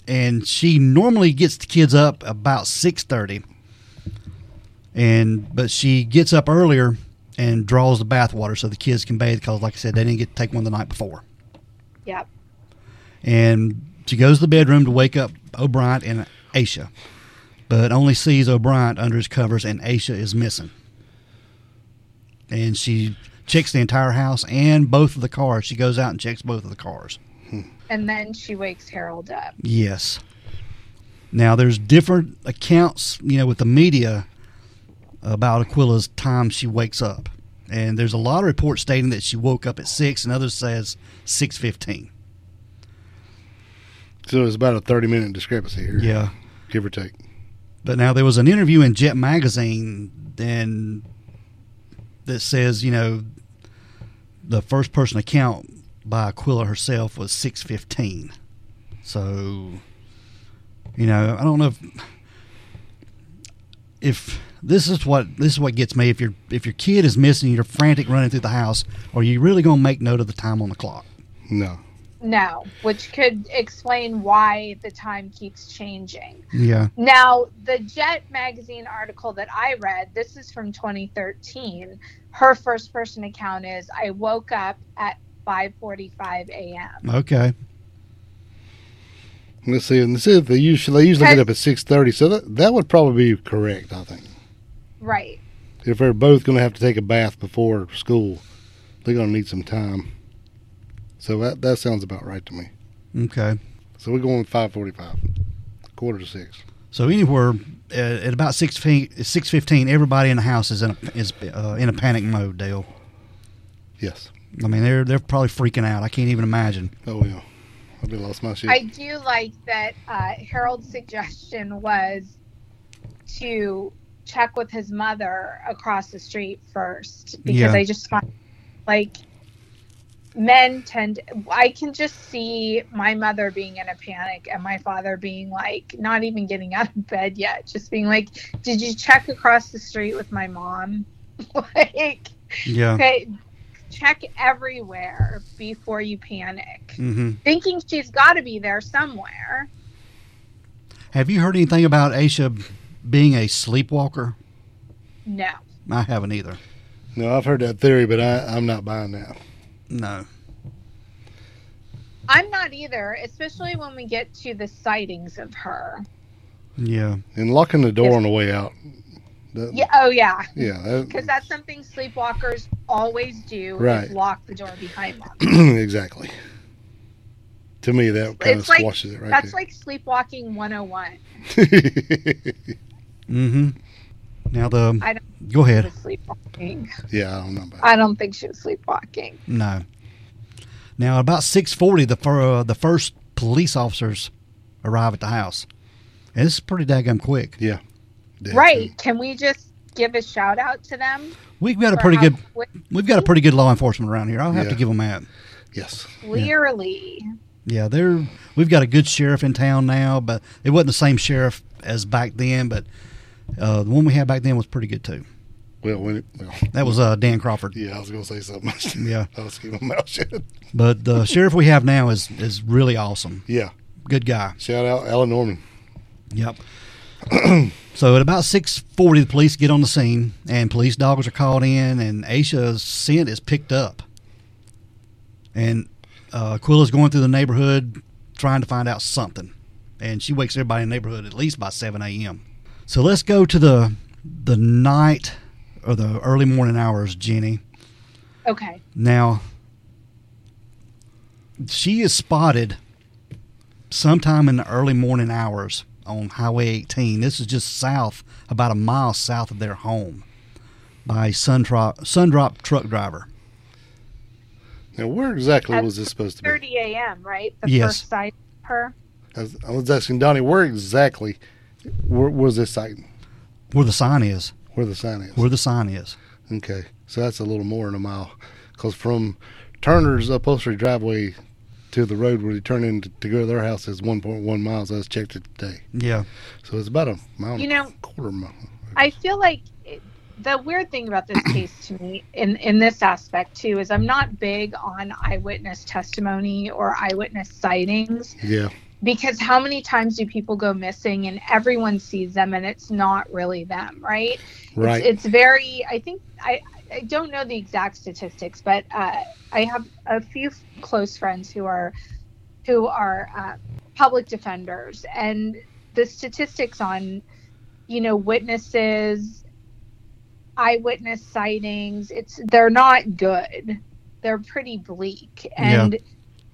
[SPEAKER 1] and she normally gets the kids up about 6:30. And but she gets up earlier and draws the bath water so the kids can bathe cuz like I said they didn't get to take one the night before.
[SPEAKER 3] Yep.
[SPEAKER 1] And she goes to the bedroom to wake up O'Brien and Aisha. but only sees O'Brien under his covers, and Aisha is missing. And she checks the entire house and both of the cars. She goes out and checks both of the cars.
[SPEAKER 3] and then she wakes Harold up.
[SPEAKER 1] Yes. Now there's different accounts, you know, with the media about Aquila's time she wakes up, and there's a lot of reports stating that she woke up at six, and others says six fifteen.
[SPEAKER 2] So it's about a 30 minute discrepancy here.
[SPEAKER 1] Yeah.
[SPEAKER 2] Give or take.
[SPEAKER 1] But now there was an interview in Jet magazine, and that says, you know, the first person account by Aquila herself was six fifteen. So, you know, I don't know if, if this is what this is what gets me. If your if your kid is missing, you're frantic running through the house. Are you really going to make note of the time on the clock?
[SPEAKER 2] No.
[SPEAKER 3] No, which could explain why the time keeps changing.
[SPEAKER 1] Yeah,
[SPEAKER 3] Now, the Jet magazine article that I read, this is from 2013. Her first person account is I woke up at 5:45 a.m.
[SPEAKER 1] okay,
[SPEAKER 2] Let's see. And this is they usually they usually
[SPEAKER 3] Has-
[SPEAKER 2] get up at six thirty, so that that would probably be correct. I think
[SPEAKER 3] Right.
[SPEAKER 2] if they're both going to have to take a bath before school, they're going to need some time. So that that sounds about right to me.
[SPEAKER 1] okay.
[SPEAKER 2] So we're going five forty-five, quarter to six.
[SPEAKER 1] So anywhere uh, at about six six fifteen, everybody in the house is in a, is uh, in a panic mode. Dale,
[SPEAKER 2] Yes.
[SPEAKER 1] I mean they're they're probably freaking out. I can't even imagine.
[SPEAKER 2] Oh yeah. I have lost my shit.
[SPEAKER 3] I do like that uh, Harold's suggestion was to check with his mother across the street first because
[SPEAKER 1] Yeah.
[SPEAKER 3] I just find like men tend I can just see my mother being in a panic and my father being like not even getting out of bed yet just being like did you check across the street with my mom like
[SPEAKER 1] Yeah.
[SPEAKER 3] okay check everywhere before you panic
[SPEAKER 1] hmm
[SPEAKER 3] thinking she's got to be there somewhere.
[SPEAKER 1] Have you heard anything about Aisha being a sleepwalker?
[SPEAKER 3] No.
[SPEAKER 1] I haven't either.
[SPEAKER 2] no, I've heard that theory, but I, I'm not buying that.
[SPEAKER 1] No.
[SPEAKER 3] I'm not either, especially when we get to the sightings of her.
[SPEAKER 1] Yeah.
[SPEAKER 2] And locking the door on the way out.
[SPEAKER 1] Mm.
[SPEAKER 2] That,
[SPEAKER 3] Yeah, oh yeah,
[SPEAKER 2] Yeah. that-
[SPEAKER 3] because that's something sleepwalkers always do
[SPEAKER 2] Right.
[SPEAKER 3] is lock the door behind them.
[SPEAKER 2] exactly. To me, that kind
[SPEAKER 3] It's
[SPEAKER 2] of
[SPEAKER 3] like-
[SPEAKER 2] squashes it right
[SPEAKER 3] that's
[SPEAKER 2] there.
[SPEAKER 3] like sleepwalking 101.
[SPEAKER 1] hmm Now the
[SPEAKER 3] I don't
[SPEAKER 1] go
[SPEAKER 3] She
[SPEAKER 1] ahead.
[SPEAKER 3] was sleepwalking.
[SPEAKER 2] yeah, I don't know about
[SPEAKER 3] I don't think she was sleepwalking.
[SPEAKER 1] No. Now about six forty, the fir- uh, the first police officers arrive at the house, and it's pretty daggum quick.
[SPEAKER 2] that.
[SPEAKER 3] Right? Can we just give a shout out to them?
[SPEAKER 1] We've got a
[SPEAKER 3] for
[SPEAKER 1] pretty
[SPEAKER 3] how
[SPEAKER 1] good We've got a pretty good law enforcement around here. I'll have to
[SPEAKER 2] Yeah.
[SPEAKER 1] give them that.
[SPEAKER 2] Yes.
[SPEAKER 3] Clearly,
[SPEAKER 1] Yeah, they're we've got a good sheriff in town now, but it wasn't the same sheriff as back then. But uh, the one we had back then was pretty good too.
[SPEAKER 2] Well, when it, well,
[SPEAKER 1] That was uh, Dan Crawford.
[SPEAKER 2] yeah, I was gonna say something.
[SPEAKER 1] Yeah,
[SPEAKER 2] I was keeping my mouth shut.
[SPEAKER 1] but the sheriff we have now is is really awesome.
[SPEAKER 2] Yeah.
[SPEAKER 1] Good guy.
[SPEAKER 2] Shout out Alan Norman.
[SPEAKER 1] Yep. so at about six forty, the police get on the scene, and police dogs are called in, and Aisha's scent is picked up, and uh, Aquila's going through the neighborhood trying to find out something, and she wakes everybody in the neighborhood at least by seven a.m. So let's go to the the night or the early morning hours, Jenny.
[SPEAKER 3] okay.
[SPEAKER 1] Now, she is spotted sometime in the early morning hours on Highway 18. This is just south, about a mile south of their home, by a Sundrop, Sundrop truck driver.
[SPEAKER 2] Now, where exactly
[SPEAKER 3] At
[SPEAKER 2] was this supposed to be?
[SPEAKER 3] 30 a.m. Right? The
[SPEAKER 1] Yes.
[SPEAKER 3] first sight of her.
[SPEAKER 2] I was, I was asking Donnie, where exactly where was this site?
[SPEAKER 1] Where the sign is.
[SPEAKER 2] Where the sign is?
[SPEAKER 1] Where the sign is.
[SPEAKER 2] Okay, so that's a little more than a mile, because from Turner's upholstery driveway to the road where you turn in to, to go to their house is 1.1 miles. I was checked it today,
[SPEAKER 1] Yeah.
[SPEAKER 2] so it's about a mile, and
[SPEAKER 3] You
[SPEAKER 2] a
[SPEAKER 3] know-
[SPEAKER 2] quarter mile.
[SPEAKER 3] I feel like it- the weird thing about this case to me, in in this aspect too, is I'm not big on eyewitness testimony or eyewitness sightings
[SPEAKER 2] Yeah,
[SPEAKER 3] because how many times do people go missing and everyone sees them and it's not really them, right?
[SPEAKER 2] right.
[SPEAKER 3] It's, it's very. I think I. I don't know the exact statistics, but uh, I have a few f- close friends who are who are uh, public defenders, and the statistics on you know, witnesses, eyewitness sightings. It's they're not good. They're pretty bleak. And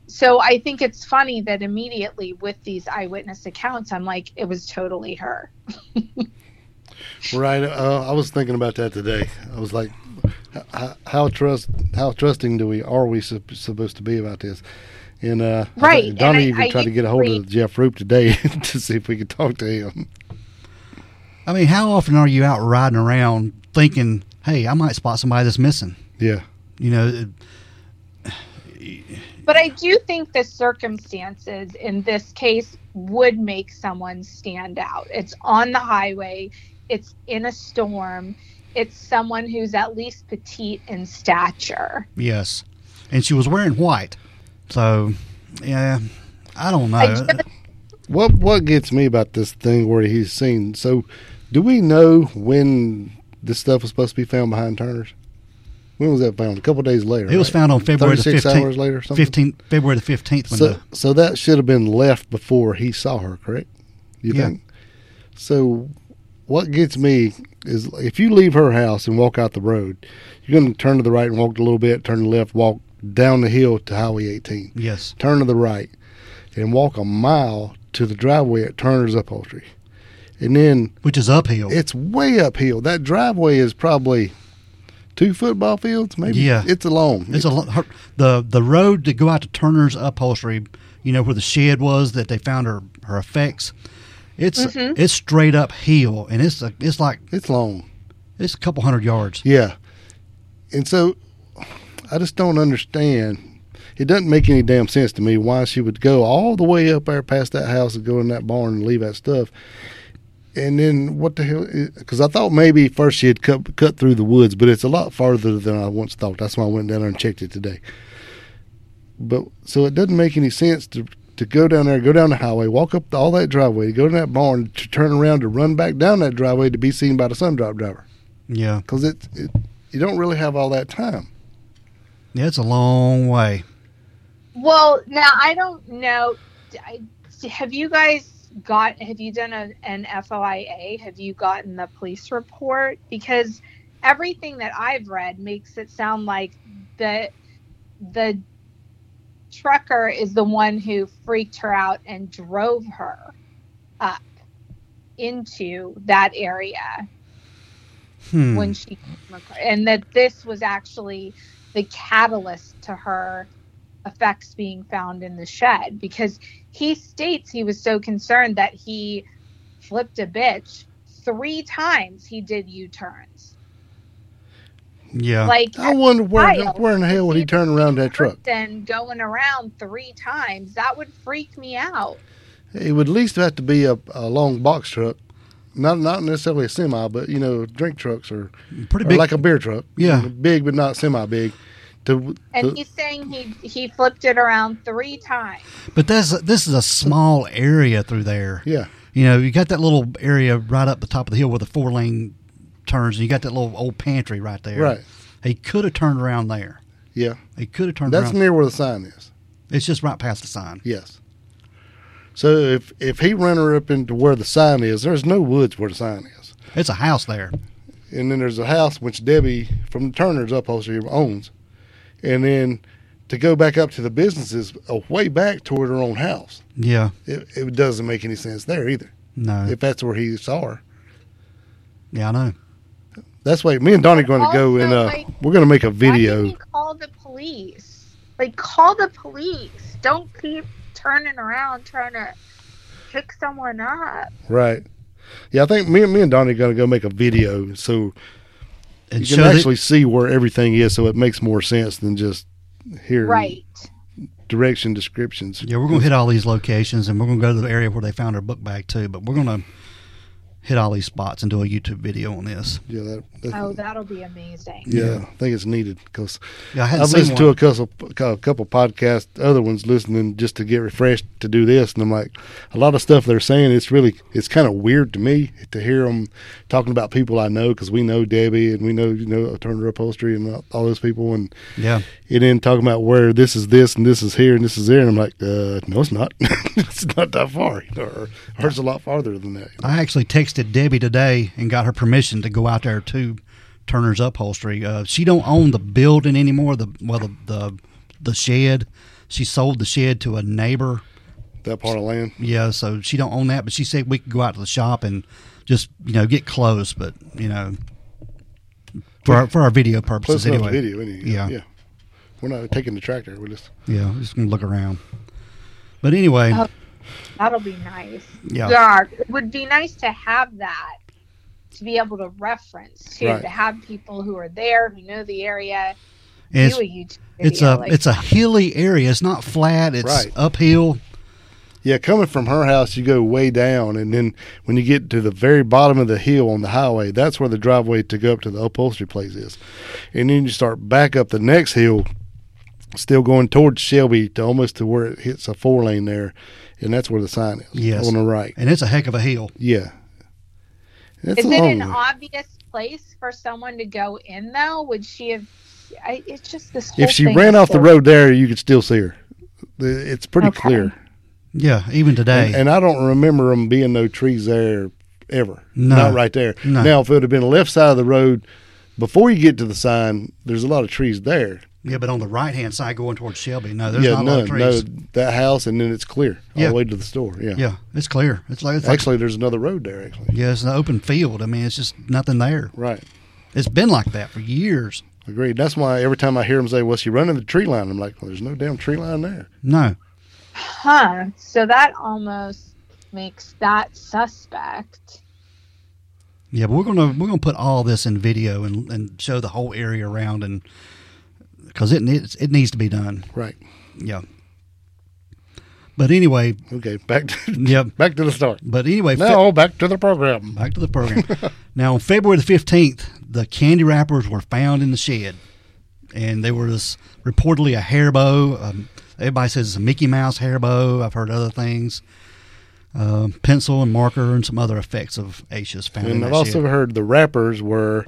[SPEAKER 3] so I think it's funny that immediately with these eyewitness accounts, I'm like, it was totally her.
[SPEAKER 2] Right. Uh, I was thinking about that today. I was like, h- h- how trust how trusting do we are we sup- supposed to be about this? And uh, I
[SPEAKER 3] Right,
[SPEAKER 2] think
[SPEAKER 3] and
[SPEAKER 2] Donnie
[SPEAKER 3] I-
[SPEAKER 2] even
[SPEAKER 3] I
[SPEAKER 2] tried to get a hold of
[SPEAKER 3] usually-
[SPEAKER 2] Jeff Roop today to see if we could talk to him.
[SPEAKER 1] I mean, how often are you out riding around thinking, "Hey, I might spot somebody that's missing"?
[SPEAKER 2] Yeah.
[SPEAKER 1] You know, it-
[SPEAKER 3] But I do think the circumstances in this case would make someone stand out. It's on the highway, it's in a storm, it's someone who's at least petite in stature.
[SPEAKER 1] yes. And she was wearing white, so yeah, I don't know.
[SPEAKER 3] I just-
[SPEAKER 2] What What gets me about this thing where he's seen? So, do we know when this stuff was supposed to be found behind Turner's? When was that found? A couple days later.
[SPEAKER 1] it was
[SPEAKER 2] right?
[SPEAKER 1] found on February the
[SPEAKER 2] 36
[SPEAKER 1] fifteenth.
[SPEAKER 2] hours later or something?
[SPEAKER 1] 15 February the fifteenth. When
[SPEAKER 2] So,
[SPEAKER 1] the,
[SPEAKER 2] so that should have been left before he saw her, correct? You
[SPEAKER 1] Yeah.
[SPEAKER 2] think? So, what gets me is if you leave her house and walk out the road, you're going to turn to the right and walk a little bit, turn to the left, walk down the hill to Highway 18,
[SPEAKER 1] yes,
[SPEAKER 2] turn to the right, and walk a mile to the driveway at Turner's Upholstery. And then
[SPEAKER 1] which is uphill.
[SPEAKER 2] it's way uphill. That driveway is probably two football fields, maybe.
[SPEAKER 1] Yeah.
[SPEAKER 2] It's a long.
[SPEAKER 1] It's a lo- her, the the road to go out to Turner's Upholstery. You know where the shed was that they found her her effects. It's
[SPEAKER 3] Mm-hmm.
[SPEAKER 1] it's straight uphill, and it's a, it's like
[SPEAKER 2] it's long.
[SPEAKER 1] it's a couple hundred yards.
[SPEAKER 2] Yeah. And so I just don't understand. It doesn't make any damn sense to me why she would go all the way up there past that house and go in that barn and leave that stuff. And then what the hell? Because I thought maybe first she had cut, cut through the woods, but it's a lot farther than I once thought. That's why I went down there and checked it today. But so it doesn't make any sense to to go down there, go down the highway, walk up all that driveway, go to that barn, to turn around to run back down that driveway to be seen by the sundrop driver
[SPEAKER 1] Yeah,
[SPEAKER 2] because it, it you don't really have all that time.
[SPEAKER 1] yeah, it's a long way.
[SPEAKER 3] Well, now I don't know. I, have you guys got? Have you done a, an FOIA? Have you gotten the police report? Because everything that I've read makes it sound like the the trucker is the one who freaked her out and drove her up into that area
[SPEAKER 1] Hmm.
[SPEAKER 3] when she came across, and that this was actually the catalyst to her effects being found in the shed because he states he was so concerned that he flipped a bitch three times he did u-turns
[SPEAKER 1] yeah,
[SPEAKER 3] like
[SPEAKER 2] I wonder where
[SPEAKER 3] Kyle,
[SPEAKER 2] where in the hell would he
[SPEAKER 3] if
[SPEAKER 2] turn around that truck?
[SPEAKER 3] then going around three times that would freak me out
[SPEAKER 2] It would at least have to be a, a long box truck, not not necessarily a semi, but you know drink trucks or,
[SPEAKER 1] pretty
[SPEAKER 2] or
[SPEAKER 1] big.
[SPEAKER 2] like a beer truck.
[SPEAKER 1] Yeah.
[SPEAKER 2] big but not semi big. To,
[SPEAKER 3] and
[SPEAKER 2] to-
[SPEAKER 3] he's saying he he flipped it around three times
[SPEAKER 1] but that's this is a small area through there.
[SPEAKER 2] yeah,
[SPEAKER 1] You know, you got that little area right up the top of the hill where the four lane turns, and you got that little old pantry right there.
[SPEAKER 2] Right.
[SPEAKER 1] He could have turned around there.
[SPEAKER 2] yeah,
[SPEAKER 1] He could have turned
[SPEAKER 2] that's
[SPEAKER 1] around.
[SPEAKER 2] near where the sign is.
[SPEAKER 1] it's just right past the sign.
[SPEAKER 2] Yes. So if if he ran her up into where the sign is, there's no woods where the sign is.
[SPEAKER 1] It's a house there.
[SPEAKER 2] and then there's a house which Debbie from Turner's upholstery owns, and then to go back up to the businesses uh, way back toward her own house.
[SPEAKER 1] Yeah.
[SPEAKER 2] It, it doesn't make any sense there either.
[SPEAKER 1] No.
[SPEAKER 2] If that's where he saw her,
[SPEAKER 1] yeah, I know.
[SPEAKER 2] that's why me and Donnie going to go
[SPEAKER 3] Also,
[SPEAKER 2] and uh,
[SPEAKER 3] like,
[SPEAKER 2] we're going to make a
[SPEAKER 3] Why didn't
[SPEAKER 2] video.
[SPEAKER 3] you call the police? Like, call the police. Don't keep turning around trying to pick someone up.
[SPEAKER 2] Right. Yeah, I think me and me and Donnie going to go make a video so
[SPEAKER 1] And
[SPEAKER 2] you
[SPEAKER 1] show
[SPEAKER 2] can
[SPEAKER 1] the-
[SPEAKER 2] actually see where everything is, so it makes more sense than just hearing
[SPEAKER 3] Right.
[SPEAKER 2] direction descriptions.
[SPEAKER 1] yeah, we're gonna hit all these locations, and we're gonna go to the area where they found her book bag too. But we're gonna hit all these spots and do a YouTube video on this.
[SPEAKER 2] Yeah, that, that-
[SPEAKER 3] Oh, that'll be amazing.
[SPEAKER 2] yeah, I think it's needed because
[SPEAKER 1] Yeah, I hadn't
[SPEAKER 2] I've
[SPEAKER 1] seen
[SPEAKER 2] listened
[SPEAKER 1] one.
[SPEAKER 2] to a couple, a couple podcasts, other ones listening just to get refreshed to do this, and I'm like, a lot of stuff they're saying, it's really, it's kind of weird to me to hear them talking about people I know because we know Debbie and we know you know Turner Upholstery and all- all those people, and
[SPEAKER 1] Yeah,
[SPEAKER 2] and then talking about where this is this and this is here and this is there, and I'm like, uh, no, it's not, it's not that far, or, or it's a lot farther than that.
[SPEAKER 1] I actually texted texted Debbie today and got her permission to go out there to Turner's Upholstery. Uh, she don't own the building anymore. The well, the, the the shed. She sold the shed to a neighbor.
[SPEAKER 2] that part of land.
[SPEAKER 1] Yeah, so she don't own that, but she said we could go out to the shop and just you know get close, but you know for our, for our video
[SPEAKER 2] Plus
[SPEAKER 1] purposes
[SPEAKER 2] enough
[SPEAKER 1] anyway.
[SPEAKER 2] video, isn't it?
[SPEAKER 1] Yeah.
[SPEAKER 2] yeah. We're not taking the tractor. We're just
[SPEAKER 1] Yeah, we're just gonna look around. But anyway,
[SPEAKER 3] Oh. That'll be nice.
[SPEAKER 1] Yeah.
[SPEAKER 3] It would be nice to have that to be able to reference to
[SPEAKER 2] Right.
[SPEAKER 3] to have people who are there who know the area
[SPEAKER 1] it's
[SPEAKER 3] do a YouTube video.
[SPEAKER 1] it's a
[SPEAKER 3] like-
[SPEAKER 1] it's a hilly area. It's not flat. It's
[SPEAKER 2] Right.
[SPEAKER 1] uphill.
[SPEAKER 2] Yeah, coming from her house, you go way down, and then when you get to the very bottom of the hill on the highway, that's where the driveway to go up to the upholstery place is. And then you start back up the next hill, still going towards Shelby to almost to where it hits a four lane there, and that's where the sign is.
[SPEAKER 1] Yes.
[SPEAKER 2] on the right.
[SPEAKER 1] And it's a heck of a hill.
[SPEAKER 2] Yeah, it's
[SPEAKER 3] Is
[SPEAKER 2] a
[SPEAKER 3] it
[SPEAKER 2] long
[SPEAKER 3] an
[SPEAKER 2] way.
[SPEAKER 3] obvious place for someone to go in though? Would she have? I, it's just this. Whole
[SPEAKER 2] If she
[SPEAKER 3] thing
[SPEAKER 2] ran
[SPEAKER 3] is
[SPEAKER 2] off the
[SPEAKER 3] so-
[SPEAKER 2] road there, you could still see her. The- It's pretty
[SPEAKER 3] Okay.
[SPEAKER 2] clear,
[SPEAKER 1] Yeah, even today.
[SPEAKER 2] and, and I don't remember them being no trees there ever.
[SPEAKER 1] No.
[SPEAKER 2] Not right there.
[SPEAKER 1] No.
[SPEAKER 2] Now, if it would have been left side of the road, before you get to the sign, there's a lot of trees there.
[SPEAKER 1] yeah, but on the right hand side going towards Shelby, no, there's
[SPEAKER 2] yeah,
[SPEAKER 1] not a lot
[SPEAKER 2] none.
[SPEAKER 1] of trees.
[SPEAKER 2] No, that house, and then it's clear all
[SPEAKER 1] Yeah.
[SPEAKER 2] the way to the store. Yeah.
[SPEAKER 1] Yeah, it's clear. It's like it's like
[SPEAKER 2] Actually, there's another road there. Actually,
[SPEAKER 1] yeah, it's an open field. I mean, it's just nothing there.
[SPEAKER 2] right.
[SPEAKER 1] It's been like that for years.
[SPEAKER 2] Agreed. That's why every time I hear them say, "Well, she running the tree line," I'm like, "Well, there's no damn tree line there."
[SPEAKER 1] No,
[SPEAKER 3] Huh. So that almost makes that suspect.
[SPEAKER 1] Yeah, but we're gonna we're gonna put all this in video and and show the whole area around and because it needs it needs to be done.
[SPEAKER 2] Right.
[SPEAKER 1] Yeah. But anyway,
[SPEAKER 2] Okay. Back to
[SPEAKER 1] yep.
[SPEAKER 2] back to the start.
[SPEAKER 1] But anyway, fe-
[SPEAKER 2] Now back to the program.
[SPEAKER 1] back to the program. now, on February the fifteenth, the candy wrappers were found in the shed, and they were this reportedly a hair bow. Um, everybody says it's a Mickey Mouse hair bow. I've heard other things. Um, pencil and marker and some other effects of Aisha's found in
[SPEAKER 2] And
[SPEAKER 1] that
[SPEAKER 2] I've also
[SPEAKER 1] shed.
[SPEAKER 2] heard the rappers were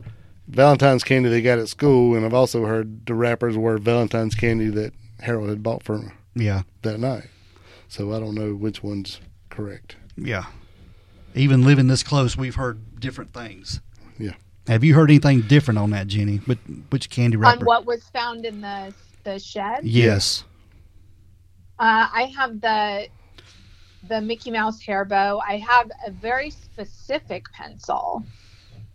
[SPEAKER 2] Valentine's candy they got at school, and I've also heard the rappers were Valentine's candy that Harold had bought for him.
[SPEAKER 1] Yeah,
[SPEAKER 2] that night. So I don't know which one's correct.
[SPEAKER 1] Yeah. Even living this close, we've heard different things.
[SPEAKER 2] Yeah.
[SPEAKER 1] Have you heard anything different on that, Jenny? Which, which candy wrapper?
[SPEAKER 3] On what was found in the the shed.
[SPEAKER 1] Yes.
[SPEAKER 3] Uh, I have the the Mickey Mouse hair bow. I have a very specific pencil,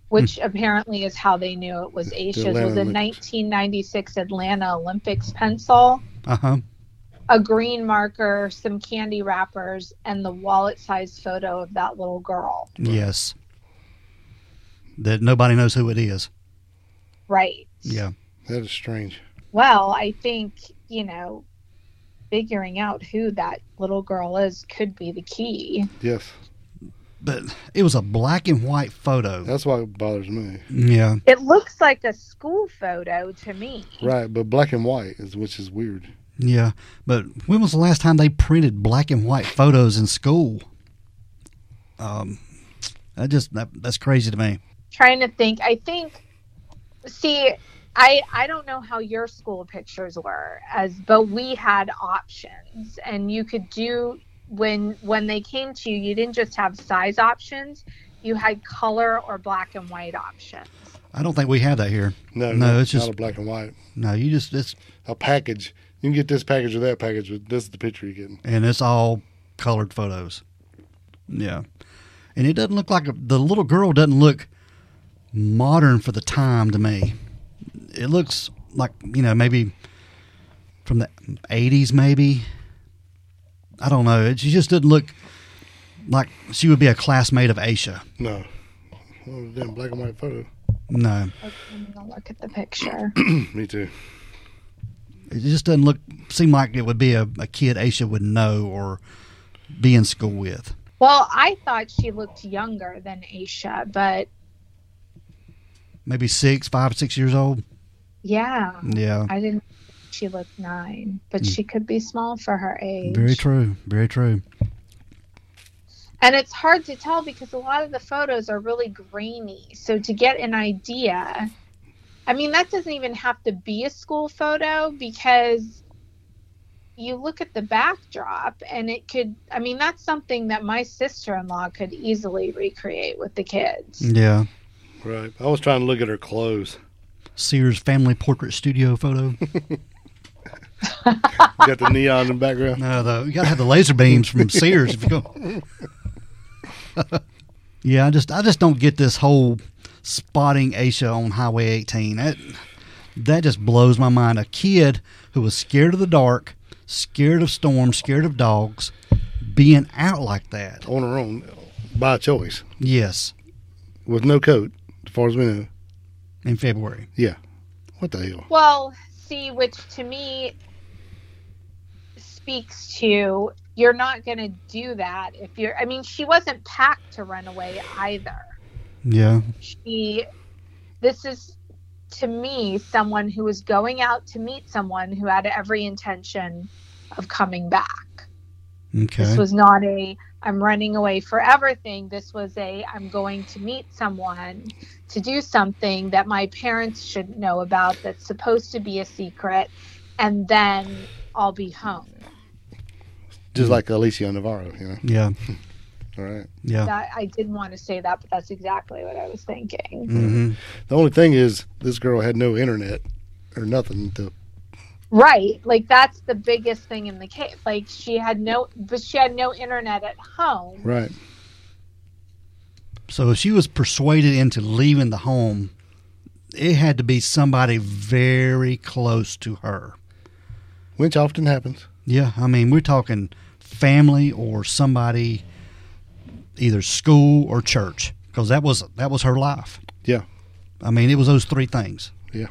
[SPEAKER 3] which apparently is how they knew it was Aisha's.
[SPEAKER 2] Atlanta
[SPEAKER 3] was a
[SPEAKER 2] Olympics.
[SPEAKER 3] 1996 Atlanta Olympics pencil,
[SPEAKER 1] Uh huh.
[SPEAKER 3] a green marker, some candy wrappers, and the wallet-sized photo of that little girl.
[SPEAKER 1] Yes. That nobody knows who it is.
[SPEAKER 3] Right.
[SPEAKER 1] Yeah.
[SPEAKER 2] That is strange.
[SPEAKER 3] Well, I think you know, figuring out who that little girl is could be the key.
[SPEAKER 2] Yes,
[SPEAKER 1] But it was a black and white photo.
[SPEAKER 2] that's why it bothers me.
[SPEAKER 1] Yeah.
[SPEAKER 3] It looks like a school photo to me.
[SPEAKER 2] Right, but black and white is which is weird.
[SPEAKER 1] Yeah. But when was the last time they printed black and white photos in school? Um, that just that, that's crazy to me.
[SPEAKER 3] trying to think i think see i i don't know how your school pictures were as but we had options and you could do when when they came to you you didn't just have size options you had color or black and white options
[SPEAKER 1] I don't think we have that here.
[SPEAKER 2] No,
[SPEAKER 1] No, it's
[SPEAKER 2] not
[SPEAKER 1] just-
[SPEAKER 2] a black and white.
[SPEAKER 1] No, you just it's
[SPEAKER 2] A package. You can get this package or that package, but this is the picture you're getting.
[SPEAKER 1] and it's all colored photos. Yeah, and it doesn't look like a, the little girl doesn't look modern for the time to me. It looks like you know maybe from the eighties, maybe. I don't know. It, she just didn't look like she would be a classmate of Aisha.
[SPEAKER 2] No, oh, damn black and white photo.
[SPEAKER 1] No,
[SPEAKER 3] Okay, i'm gonna look at the picture
[SPEAKER 2] me too.
[SPEAKER 1] it just doesn't look seem like it would be a, a kid Aisha would know or be in school with.
[SPEAKER 3] well i thought she looked younger than aisha but
[SPEAKER 1] Maybe six, five, six years old.
[SPEAKER 3] yeah
[SPEAKER 1] Yeah.
[SPEAKER 3] i didn't she looked nine but she could be small for her age
[SPEAKER 1] Mm. Very true. Very true.
[SPEAKER 3] And it's hard to tell because a lot of the photos are really grainy. So to get an idea, I mean, that doesn't even have to be a school photo because you look at the backdrop and it could i mean that's something that my sister-in-law could easily recreate with the kids
[SPEAKER 1] Yeah.
[SPEAKER 2] Right. I was trying to look at her clothes.
[SPEAKER 1] Sears Family Portrait Studio photo.
[SPEAKER 2] You got the neon in the background.
[SPEAKER 1] No, though you gotta have the laser beams from Sears if you go. yeah, I just I just don't get this whole spotting Aisha on Highway 18. That that just blows my mind. A kid who was scared of the dark, scared of storms, scared of dogs, being out like that.
[SPEAKER 2] On her own, by choice,
[SPEAKER 1] Yes,
[SPEAKER 2] with no coat, as far as we know.
[SPEAKER 1] in February.
[SPEAKER 2] What the hell?
[SPEAKER 3] well see which to me speaks to you're not going to do that if you're i mean she wasn't packed to run away either
[SPEAKER 1] Yeah,
[SPEAKER 3] she this is to me someone who was going out to meet someone who had every intention of coming back
[SPEAKER 1] okay,
[SPEAKER 3] This was not a I'm running away forever thing. This was a I'm going to meet someone to do something that my parents shouldn't know about that's supposed to be a secret and then I'll be home.
[SPEAKER 1] Hmm.
[SPEAKER 2] Just like Alicia Navarro, you know.
[SPEAKER 1] yeah,
[SPEAKER 2] All right.
[SPEAKER 1] yeah.
[SPEAKER 3] That I didn't want to say that, but that's exactly what I was thinking.
[SPEAKER 1] hmm
[SPEAKER 2] The only thing is, this girl had no internet or nothing to.
[SPEAKER 3] Right. Like that's the biggest thing in the case. Like she had no but she had no internet at home.
[SPEAKER 2] Right.
[SPEAKER 1] So if she was persuaded into leaving the home, it had to be somebody very close to her.
[SPEAKER 2] Which often happens.
[SPEAKER 1] Yeah, I mean, we're talking family or somebody, either school or church, because that was that was her life.
[SPEAKER 2] Yeah.
[SPEAKER 1] I mean, it was those three things.
[SPEAKER 2] Yeah.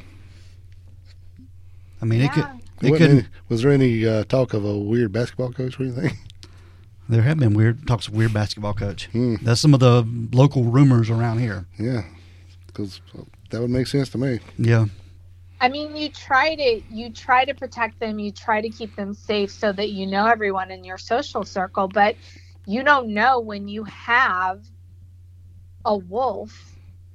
[SPEAKER 1] I mean, it
[SPEAKER 3] Yeah.
[SPEAKER 1] could. It
[SPEAKER 2] Wasn't
[SPEAKER 1] could.
[SPEAKER 2] any- was there any uh, talk of a weird basketball coach or anything?
[SPEAKER 1] There have been weird talks of weird basketball coach.
[SPEAKER 2] Hmm.
[SPEAKER 1] That's some of the local rumors around here.
[SPEAKER 2] yeah. Because that would make sense to me.
[SPEAKER 1] Yeah,
[SPEAKER 3] I mean, you try to you try to protect them, you try to keep them safe so that you know everyone in your social circle, but you don't know when you have a wolf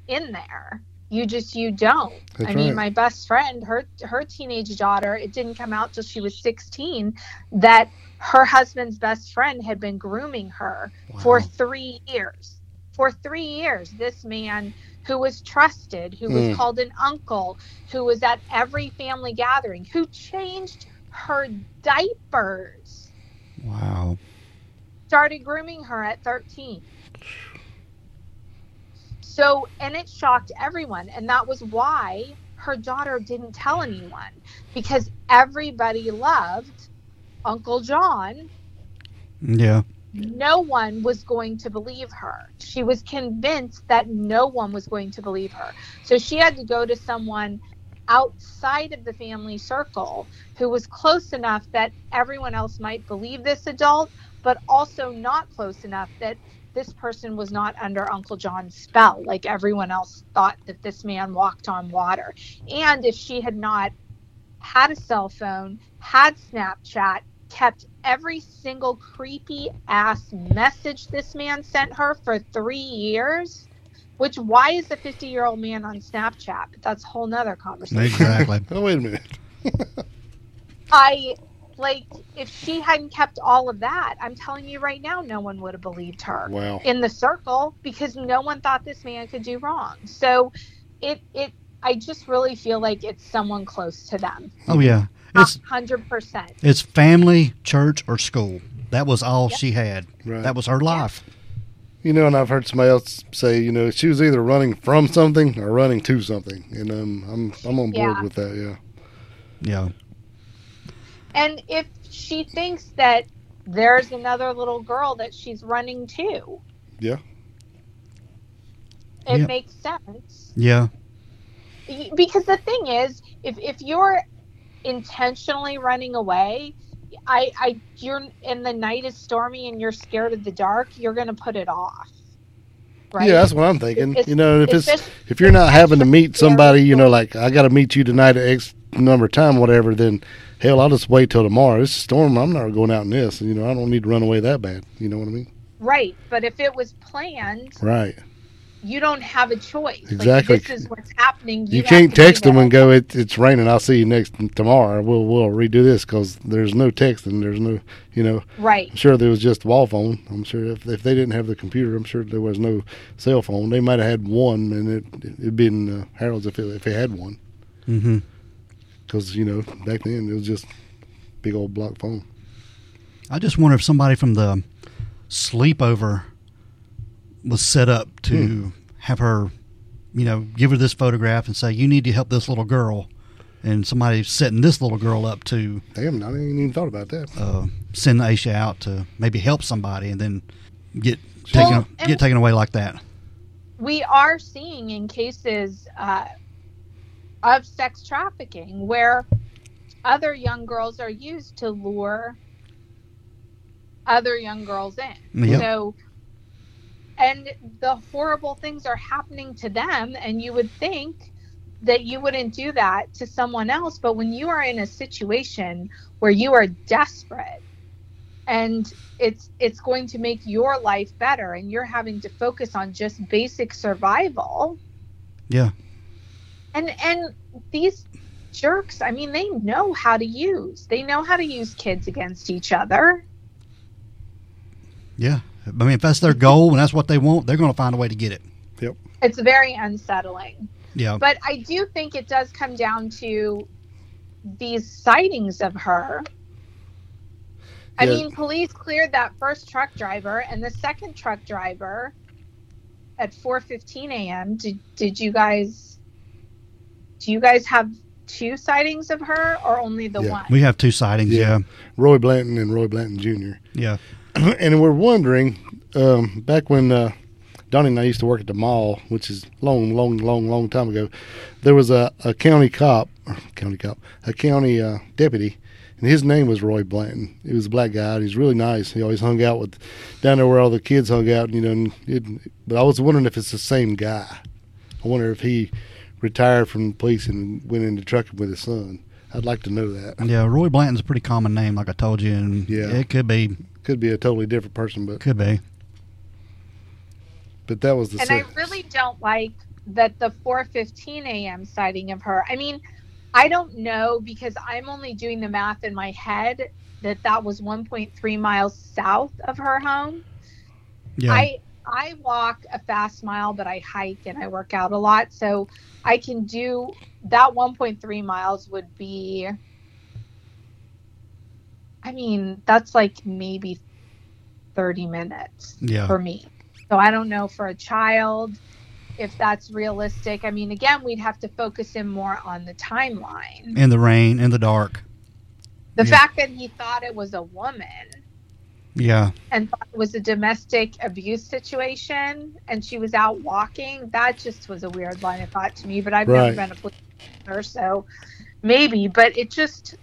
[SPEAKER 3] in there. You just you don't.
[SPEAKER 2] That's
[SPEAKER 3] I mean,
[SPEAKER 2] right.
[SPEAKER 3] my best friend, her her teenage daughter, it didn't come out till she was 16 that her husband's best friend had been grooming her for
[SPEAKER 1] Wow.
[SPEAKER 3] 3 years. For 3 years, this man who was trusted, who
[SPEAKER 2] Mm.
[SPEAKER 3] was called an uncle, who was at every family gathering, who changed her diapers,
[SPEAKER 1] wow.
[SPEAKER 3] started grooming her at 13. So, and it shocked everyone. And that was why her daughter didn't tell anyone because everybody loved Uncle John.
[SPEAKER 1] Yeah,
[SPEAKER 3] No one was going to believe her. She was convinced that no one was going to believe her. So she had to go to someone outside of the family circle who was close enough that everyone else might believe this adult, but also not close enough that this person was not under Uncle John's spell. Like everyone else thought that this man walked on water. And if she had not had a cell phone, had Snapchat, kept every single creepy ass message this man sent her for three years. Which why is a fifty year old man on Snapchat? But that's a whole nother conversation.
[SPEAKER 1] exactly.
[SPEAKER 2] Oh, wait a minute.
[SPEAKER 3] I like if she hadn't kept all of that, I'm telling you right now, no one would have believed her
[SPEAKER 2] Wow.
[SPEAKER 3] in the circle because no one thought this man could do wrong. So it it I just really feel like it's someone close to them.
[SPEAKER 1] oh yeah,
[SPEAKER 3] A
[SPEAKER 1] it's
[SPEAKER 3] hundred percent.
[SPEAKER 1] it's family, church, or school. That was all she had.
[SPEAKER 2] Right.
[SPEAKER 1] That was her life.
[SPEAKER 2] You know, and I've heard somebody else say, you know, she was either running from something or running to something, and um, I'm I'm on board
[SPEAKER 3] Yeah.
[SPEAKER 2] with that. Yeah,
[SPEAKER 1] Yeah,
[SPEAKER 3] And if she thinks that there's another little girl that she's running to.
[SPEAKER 2] Yeah.
[SPEAKER 3] It
[SPEAKER 1] Yeah.
[SPEAKER 3] makes sense.
[SPEAKER 1] yeah,
[SPEAKER 3] Y- because the thing is if if you're intentionally running away i i you're and the night is stormy and you're scared of the dark you're gonna put it off right
[SPEAKER 2] yeah, that's what I'm thinking.
[SPEAKER 3] It's-
[SPEAKER 2] you know, if it's
[SPEAKER 3] just-
[SPEAKER 2] if you're not having to meet
[SPEAKER 3] scary
[SPEAKER 2] somebody, you know, like I got to meet you tonight at X number of time, whatever, then hell, I'll just wait till tomorrow. It's a storm. I'm not going out in this. You know, I don't need to run away that bad. You know what I mean?
[SPEAKER 3] right but if it was planned
[SPEAKER 2] Right.
[SPEAKER 3] you don't have a choice. Like,
[SPEAKER 2] Exactly.
[SPEAKER 3] this is what's happening.
[SPEAKER 2] You,
[SPEAKER 3] have
[SPEAKER 2] can't
[SPEAKER 3] to be
[SPEAKER 2] text them
[SPEAKER 3] there.
[SPEAKER 2] and go, it, "It's raining. I'll see you next tomorrow. We'll we'll redo this because there's no texting. There's no, you know,
[SPEAKER 3] Right.
[SPEAKER 2] I'm sure there was just wall phone. I'm sure if, if they didn't have the computer, I'm sure there was no cell phone. They might have had one, and it it'd been uh, Harold's if it, if they had one,
[SPEAKER 1] Mm-hmm.
[SPEAKER 2] because you know back then it was just big old block phone.
[SPEAKER 1] I just wonder if somebody from the sleepover was set up to have her, you know, give her this photograph and say, "You need to help this little girl," and somebody setting this little girl up to
[SPEAKER 2] Damn, I didn't even thought about that.
[SPEAKER 1] uh, send Aisha out to maybe help somebody, and then get taken
[SPEAKER 3] Well, and-
[SPEAKER 1] get taken away like that.
[SPEAKER 3] we are seeing in cases uh, of sex trafficking where other young girls are used to lure other young girls in.
[SPEAKER 1] Yep.
[SPEAKER 3] So, and the horrible things are happening to them, and you would think that you wouldn't do that to someone else, but when you are in a situation where you are desperate and it's it's going to make your life better and you're having to focus on just basic survival
[SPEAKER 1] Yeah.
[SPEAKER 3] and and these jerks i mean they know how to use they know how to use kids against each other
[SPEAKER 1] Yeah. I mean, if that's their goal and that's what they want, they're going to find a way to get it.
[SPEAKER 3] it's very unsettling
[SPEAKER 1] Yeah.
[SPEAKER 3] But I do think it does come down to these sightings of her. I
[SPEAKER 2] Yeah.
[SPEAKER 3] mean, police cleared that first truck driver and the second truck driver at 4:15 a.m. Did did you guys do you guys have two sightings of her or only the
[SPEAKER 2] Yeah.
[SPEAKER 3] one?
[SPEAKER 1] We have two sightings. Yeah.
[SPEAKER 2] Yeah. Roy Blanton and Roy Blanton Jr.
[SPEAKER 1] Yeah.
[SPEAKER 2] and we're wondering um, back when uh, Donnie and I used to work at the mall, which is long, long, long, long time ago. There was a, a county cop, or county cop, a county uh, deputy, and his name was Roy Blanton. He was a black guy. And he's really nice. He always hung out with down there where all the kids hung out. You know, and it, but I was wondering if it's the same guy. I wonder if he retired from the police and went into trucking with his son. I'd like to know that.
[SPEAKER 1] Yeah. Roy Blanton's a pretty common name, like I told you, and
[SPEAKER 2] Yeah.
[SPEAKER 1] it could be,
[SPEAKER 2] Could be a totally different person, but
[SPEAKER 1] could be.
[SPEAKER 2] but that was the.
[SPEAKER 3] and
[SPEAKER 2] same.
[SPEAKER 3] I really don't like that the 4:15 a.m. sighting of her. I mean, I don't know because I'm only doing the math in my head that that was 1.3 miles south of her home.
[SPEAKER 1] Yeah.
[SPEAKER 3] I I walk a fast mile, but I hike and I work out a lot, so I can do that 1.3 miles would be I mean, that's like maybe 30 minutes
[SPEAKER 1] yeah.
[SPEAKER 3] for me. So I don't know for a child if that's realistic. I mean, again, we'd have to focus in more on the timeline.
[SPEAKER 1] In the rain, in the dark.
[SPEAKER 3] The
[SPEAKER 1] Yeah.
[SPEAKER 3] fact that he thought it was a woman
[SPEAKER 1] Yeah.
[SPEAKER 3] and thought it was a domestic abuse situation and she was out walking, that just was a weird line of thought to me. But I've
[SPEAKER 2] Right.
[SPEAKER 3] never been a police officer, so maybe, but it just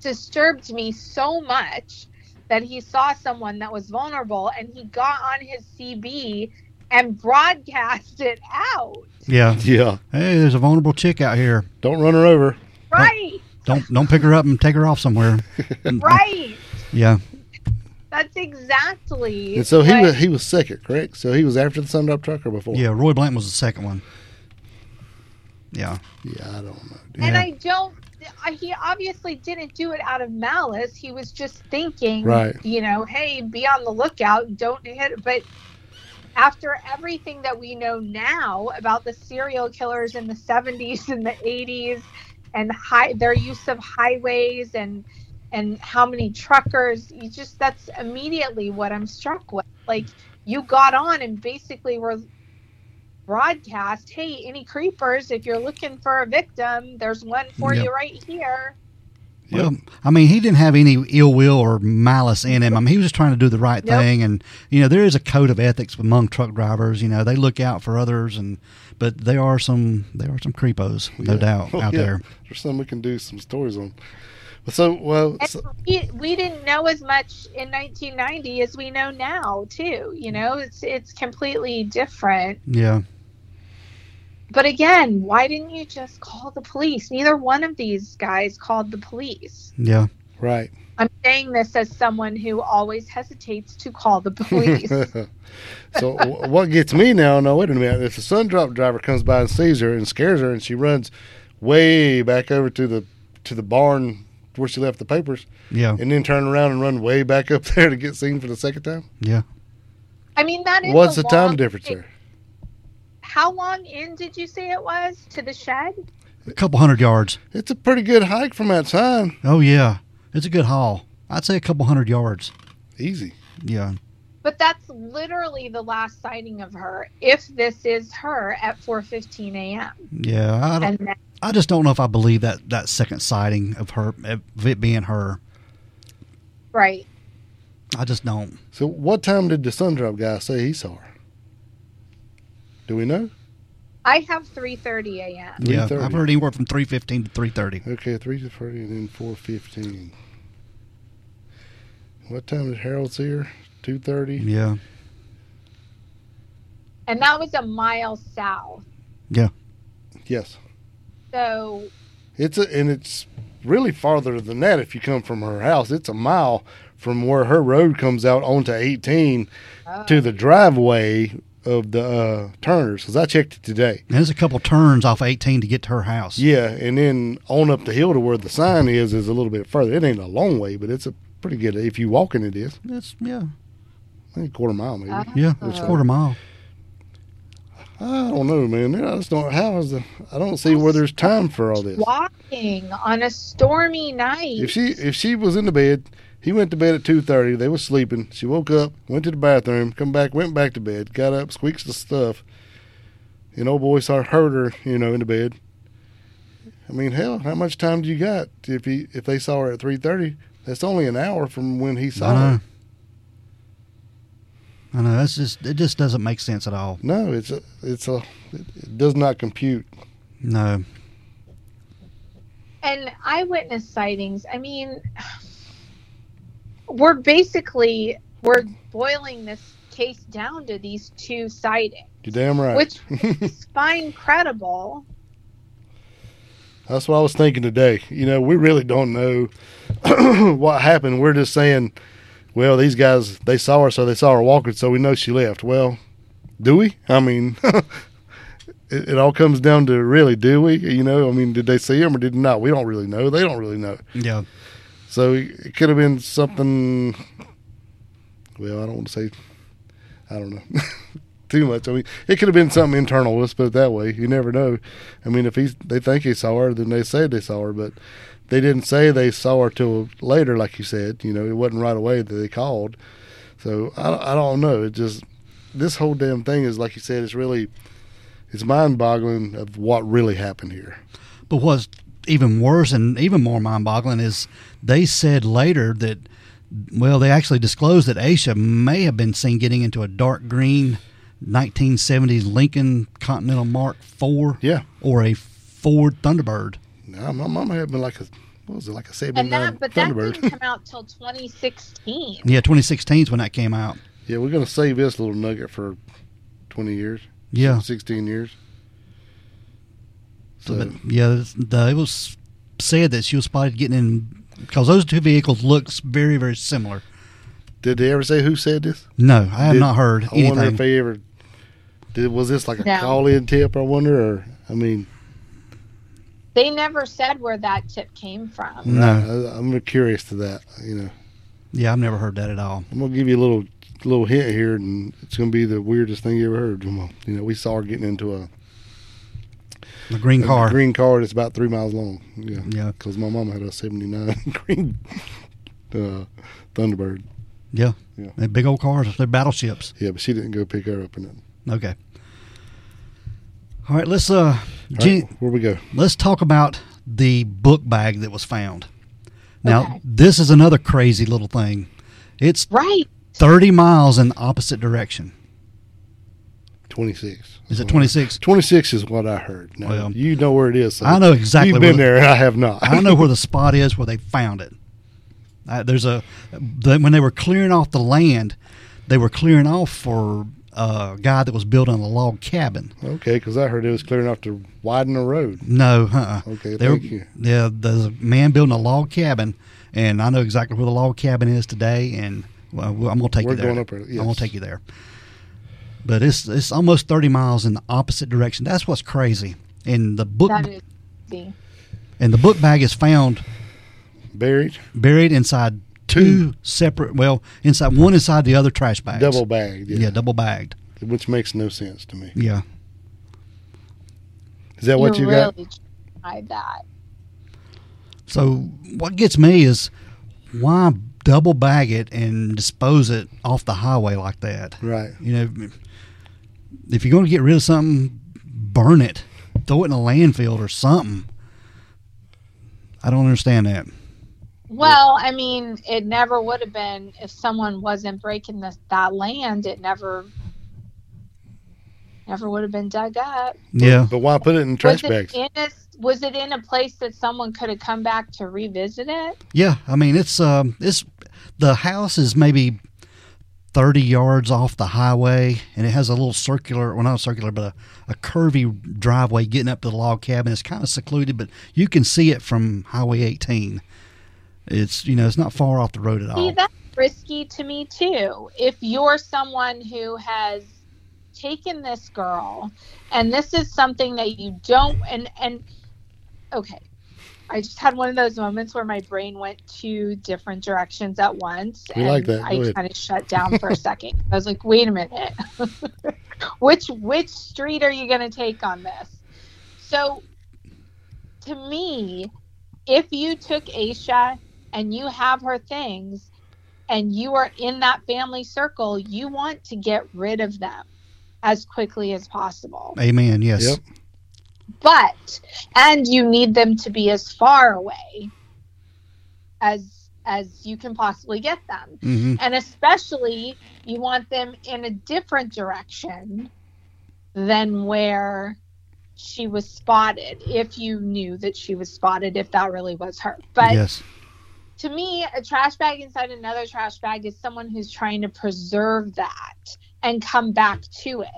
[SPEAKER 3] disturbed me so much that he saw someone that was vulnerable and he got on his CB and broadcast it out.
[SPEAKER 1] Yeah.
[SPEAKER 2] yeah.
[SPEAKER 1] Hey, there's a vulnerable chick out here.
[SPEAKER 2] Don't run her over.
[SPEAKER 3] Right,
[SPEAKER 1] Don't don't pick her up and take her off somewhere.
[SPEAKER 3] right.
[SPEAKER 1] Yeah.
[SPEAKER 3] That's exactly.
[SPEAKER 2] And so he
[SPEAKER 3] what-
[SPEAKER 2] was he was second, correct? So he was after the Sundrop truck or before?
[SPEAKER 1] Yeah. Roy Blanton was the second one. Yeah.
[SPEAKER 2] Yeah, I don't know. dude.
[SPEAKER 3] And
[SPEAKER 1] Yeah.
[SPEAKER 3] I don't. I- He obviously didn't do it out of malice. He was just thinking,
[SPEAKER 2] Right.
[SPEAKER 3] you know, hey, be on the lookout and don't hit. But after everything that we know now about the serial killers in the 70s and the 80s and high, their use of highways and and how many truckers, you just that's immediately what I'm struck with. Like you got on and basically were broadcast hey any creepers if you're looking for a victim there's one for
[SPEAKER 1] Yep.
[SPEAKER 3] you right here
[SPEAKER 2] Yep.
[SPEAKER 1] Well, I mean, he didn't have any ill will or malice in him. I mean, he was just trying to do the right
[SPEAKER 3] Yep.
[SPEAKER 1] thing, and you know, there is a code of ethics among truck drivers. You know, they look out for others, and but there are some there are some creepos, no
[SPEAKER 2] Yeah.
[SPEAKER 1] doubt,
[SPEAKER 2] Oh,
[SPEAKER 1] out
[SPEAKER 2] yeah.
[SPEAKER 1] there.
[SPEAKER 2] There's something we can do some stories on. But so well,
[SPEAKER 3] and
[SPEAKER 2] so,
[SPEAKER 3] we, we didn't know as much in 1990 as we know now too you know it's it's completely different
[SPEAKER 1] Yeah,
[SPEAKER 3] but again why didn't you just call the police neither one of these guys called the police
[SPEAKER 1] yeah,
[SPEAKER 2] right?
[SPEAKER 3] I'm saying this as someone who always hesitates to call the police.
[SPEAKER 2] so wh- what gets me now? No, wait a minute. If the sun drop driver comes by and sees her and scares her, and she runs way back over to the to the barn where she left the papers,
[SPEAKER 1] Yeah.
[SPEAKER 2] and then turn around and run way back up there to get seen for the second time,
[SPEAKER 1] Yeah.
[SPEAKER 3] I mean, that is
[SPEAKER 2] what's
[SPEAKER 3] a
[SPEAKER 2] the time
[SPEAKER 3] long-
[SPEAKER 2] difference there?
[SPEAKER 3] How long in did you say it was to the shed?
[SPEAKER 1] A couple hundred yards.
[SPEAKER 2] It's a pretty good hike from outside.
[SPEAKER 1] Oh, yeah. It's a good haul. I'd say a couple hundred yards.
[SPEAKER 2] Easy.
[SPEAKER 1] Yeah.
[SPEAKER 3] But that's literally the last sighting of her. If this is her at 4:15 a.m.
[SPEAKER 1] Yeah.
[SPEAKER 2] Oh.
[SPEAKER 1] I, don't,
[SPEAKER 3] and then,
[SPEAKER 1] I just don't know if I believe that, that second sighting of her, of it being her.
[SPEAKER 3] right,
[SPEAKER 1] I just don't.
[SPEAKER 2] So what time did the sun drop guy say he saw her? Do we know?
[SPEAKER 3] I have 3:30 a.m.
[SPEAKER 1] Yeah.
[SPEAKER 2] 3:30.
[SPEAKER 1] I've heard anywhere from 315 to 330.
[SPEAKER 2] Okay, three to thirty, and then four fifteen. What time did Harold see her? Two thirty.
[SPEAKER 1] Yeah.
[SPEAKER 3] and that was a mile south.
[SPEAKER 2] Yes,
[SPEAKER 3] So
[SPEAKER 2] it's a, and it's really farther than that if you come from her house. It's a mile from where her road comes out onto eighteen
[SPEAKER 3] uh,
[SPEAKER 2] to the driveway of the uh, Turners. Because I checked it today.
[SPEAKER 1] And there's a couple turns off 18 to get to her house.
[SPEAKER 2] Yeah, and then on up the hill to where the sign is is a little bit further. It ain't a long way, but it's a pretty good if you walking it is.
[SPEAKER 1] It's, yeah.
[SPEAKER 2] I think quarter mile maybe.
[SPEAKER 3] uh,
[SPEAKER 1] Yeah. It's a quarter mile.
[SPEAKER 2] I don't know, man. I just don't. How is the? I don't see where there's time for all this.
[SPEAKER 3] walking on a stormy night.
[SPEAKER 2] If she if she was in the bed, he went to bed at two thirty. They was sleeping. She woke up, went to the bathroom, come back, went back to bed, got up, squeaks the stuff, and old boy saw heard her, you know, in the bed. I mean, hell, how much time do you got if he if they saw her at three thirty? That's only an hour from when he saw
[SPEAKER 1] I know.
[SPEAKER 2] her.
[SPEAKER 1] I know. That's just, it just doesn't make sense at all.
[SPEAKER 2] No, it's a it's a it, it does not compute.
[SPEAKER 1] No.
[SPEAKER 3] and eyewitness sightings i mean we're basically we're boiling this case down to these two sightings
[SPEAKER 2] You're damn right.
[SPEAKER 3] which is fine credible
[SPEAKER 2] That's what I was thinking today. You know, we really don't know what happened. We're just saying, well, these guys they saw her, so they saw her walking, so we know she left. Well, do we? I mean, it, it all comes down to really, do we? You know, I mean, did they see him or did not? We don't really know. They don't really know.
[SPEAKER 1] Yeah.
[SPEAKER 2] So it could have been something. Well, I don't want to say. I don't know. Too much. I mean, it could have been something internal. Let's put it that way. You never know. I mean, if he's, they think he saw her, then they say they saw her, but they didn't say they saw her till later, like you said. You know, it wasn't right away that they called. So I, I don't know. It just this whole damn thing is like you said. It's really it's mind boggling of what really happened here.
[SPEAKER 1] But what's even worse and even more mind boggling is they said later that, well, they actually disclosed that Aisha may have been seen getting into a dark green 1970s Lincoln Continental Mark IV
[SPEAKER 2] Yeah,
[SPEAKER 1] or a Ford Thunderbird.
[SPEAKER 2] now my mom had been like a what was it like a seventy
[SPEAKER 3] and
[SPEAKER 2] nine
[SPEAKER 3] that but that
[SPEAKER 2] Thunderbird.
[SPEAKER 3] didn't come out till 2016
[SPEAKER 1] Yeah, 2016 is when that came out.
[SPEAKER 2] Yeah, we're gonna save this little nugget for twenty years.
[SPEAKER 1] Yeah.
[SPEAKER 2] sixteen years.
[SPEAKER 1] So,
[SPEAKER 2] So,
[SPEAKER 1] but, yeah, this- the, it was said that she was spotted getting in because those two vehicles looks very, very similar.
[SPEAKER 2] did they ever say who said this?
[SPEAKER 1] No, I have
[SPEAKER 2] Did-
[SPEAKER 1] not heard
[SPEAKER 2] I wonder if
[SPEAKER 1] anything.
[SPEAKER 2] they ever did. Was this like a
[SPEAKER 3] No.
[SPEAKER 2] call-in tip? I wonder. Or I mean,
[SPEAKER 3] they never said where that tip came
[SPEAKER 2] Mm.
[SPEAKER 3] from
[SPEAKER 1] No,
[SPEAKER 2] I, I'm curious to that. You know,
[SPEAKER 1] yeah, I've never heard that at all.
[SPEAKER 2] I'm gonna give you a little little hint here, and it's gonna be the weirdest thing you ever heard. Come on. You know, we saw her getting into a,
[SPEAKER 1] The green
[SPEAKER 2] a
[SPEAKER 1] car.
[SPEAKER 2] green car that's about three miles long. Yeah,
[SPEAKER 1] Yeah.
[SPEAKER 2] Because my mom had a '79 green uh, Thunderbird.
[SPEAKER 1] Yeah.
[SPEAKER 2] Yeah.
[SPEAKER 1] They're big old cars. They're battleships.
[SPEAKER 2] Yeah, but she didn't go pick her up in it.
[SPEAKER 1] Okay. All right, let's uh, Jenny,
[SPEAKER 2] All right, where we go?
[SPEAKER 1] let's talk about the book bag that was found. Now,
[SPEAKER 3] Okay.
[SPEAKER 1] this is another crazy little thing. It's
[SPEAKER 3] right
[SPEAKER 1] 30 miles in the opposite direction.
[SPEAKER 2] 26.
[SPEAKER 1] Is it 26?
[SPEAKER 2] 26 is what I heard. Now,
[SPEAKER 1] Well,
[SPEAKER 2] you know where it is. so
[SPEAKER 1] I know exactly
[SPEAKER 2] You've been
[SPEAKER 1] where
[SPEAKER 2] there, and I have not.
[SPEAKER 1] I know where the spot is where they found it. Uh, there's a the, when they were clearing off the land, they were clearing off for a guy that was building a log cabin.
[SPEAKER 2] okay, because I heard it was clearing off to widen the road.
[SPEAKER 1] No, uh-uh.
[SPEAKER 2] Okay,
[SPEAKER 1] They were-
[SPEAKER 2] thank you.
[SPEAKER 1] Yeah, there's a man building a log cabin, and I know exactly where the log cabin is today. And well, I'm going to take
[SPEAKER 2] We're
[SPEAKER 1] you there.
[SPEAKER 2] going up there,
[SPEAKER 1] I'm going
[SPEAKER 2] yes.
[SPEAKER 1] to take you there. But it's it's almost 30 miles in the opposite direction. That's what's crazy. And the book
[SPEAKER 3] That is crazy.
[SPEAKER 1] and the book bag is found
[SPEAKER 2] Buried,
[SPEAKER 1] buried inside two separate. Well, inside one inside the other trash bags.
[SPEAKER 2] double bagged.
[SPEAKER 1] Yeah, double bagged.
[SPEAKER 2] which makes no sense to me.
[SPEAKER 1] Yeah.
[SPEAKER 2] Is that what you got?
[SPEAKER 3] really tried that.
[SPEAKER 1] So what gets me is why double bag it and dispose it off the highway like that?
[SPEAKER 2] Right.
[SPEAKER 1] You know, if you're going to get rid of something, burn it, throw it in a landfill or something. I don't understand that.
[SPEAKER 3] Well, I mean, it never would have been if someone wasn't breaking this, that land. It never, never would have been dug up.
[SPEAKER 1] Yeah,
[SPEAKER 2] But why put it in trash
[SPEAKER 3] was
[SPEAKER 2] bags?
[SPEAKER 3] It in a, was it in a place that someone could have come back to revisit it?
[SPEAKER 1] yeah. I mean, it's um, it's the house is maybe thirty yards off the highway, and it has a little circular, well, not circular, but a, a curvy driveway getting up to the log cabin. It's kind of secluded, but you can see it from Highway 18. It's you know, it's not far off the road at
[SPEAKER 3] See,
[SPEAKER 1] all.
[SPEAKER 3] that's risky to me too. If you're someone who has taken this girl and this is something that you don't and and okay. I just had one of those moments where my brain went two different directions at once.
[SPEAKER 2] We
[SPEAKER 3] and
[SPEAKER 2] like that. Go
[SPEAKER 3] I
[SPEAKER 2] ahead.
[SPEAKER 3] kind of shut down for a second. I was like, wait a minute. which which street are you going to take on this? So to me, if you took Aisha and you have her things and you are in that family circle, you want to get rid of them as quickly as possible.
[SPEAKER 1] Amen. Yes.
[SPEAKER 2] Yep.
[SPEAKER 3] But and you need them to be as far away as as you can possibly get them.
[SPEAKER 1] hmm
[SPEAKER 3] And especially you want them in a different direction than where she was spotted if you knew that she was spotted if that really was her. But
[SPEAKER 1] Yes.
[SPEAKER 3] to me, a trash bag inside another trash bag is someone who's trying to preserve that and come back to it,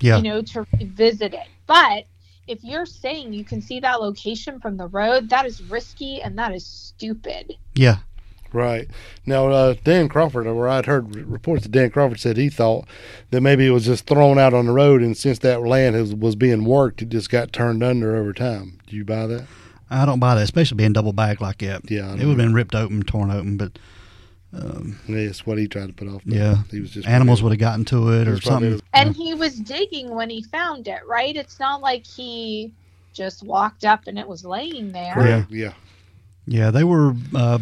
[SPEAKER 1] Yeah.
[SPEAKER 3] you know, to revisit it. But if you're saying you can see that location from the road, that is risky and that is stupid.
[SPEAKER 1] yeah.
[SPEAKER 2] Right. Now, uh, Dan Crawford, where I'd heard r- reports that Dan Crawford said he thought that maybe it was just thrown out on the road, and since that land has, was being worked, it just got turned under over time. Do you buy that?
[SPEAKER 1] I don't buy that, especially being double bagged like that.
[SPEAKER 2] Yeah, I
[SPEAKER 1] It
[SPEAKER 2] know.
[SPEAKER 1] would have been ripped open, torn open, but
[SPEAKER 2] Yeah, it's what he tried to put off. but
[SPEAKER 1] yeah.
[SPEAKER 2] He was just
[SPEAKER 1] Animals would have gotten to it or
[SPEAKER 2] It's probably-
[SPEAKER 1] something.
[SPEAKER 3] And he was digging when he found it, right? It's not like he just walked up and it was laying there.
[SPEAKER 2] Correct. Yeah.
[SPEAKER 1] Yeah, they were, uh,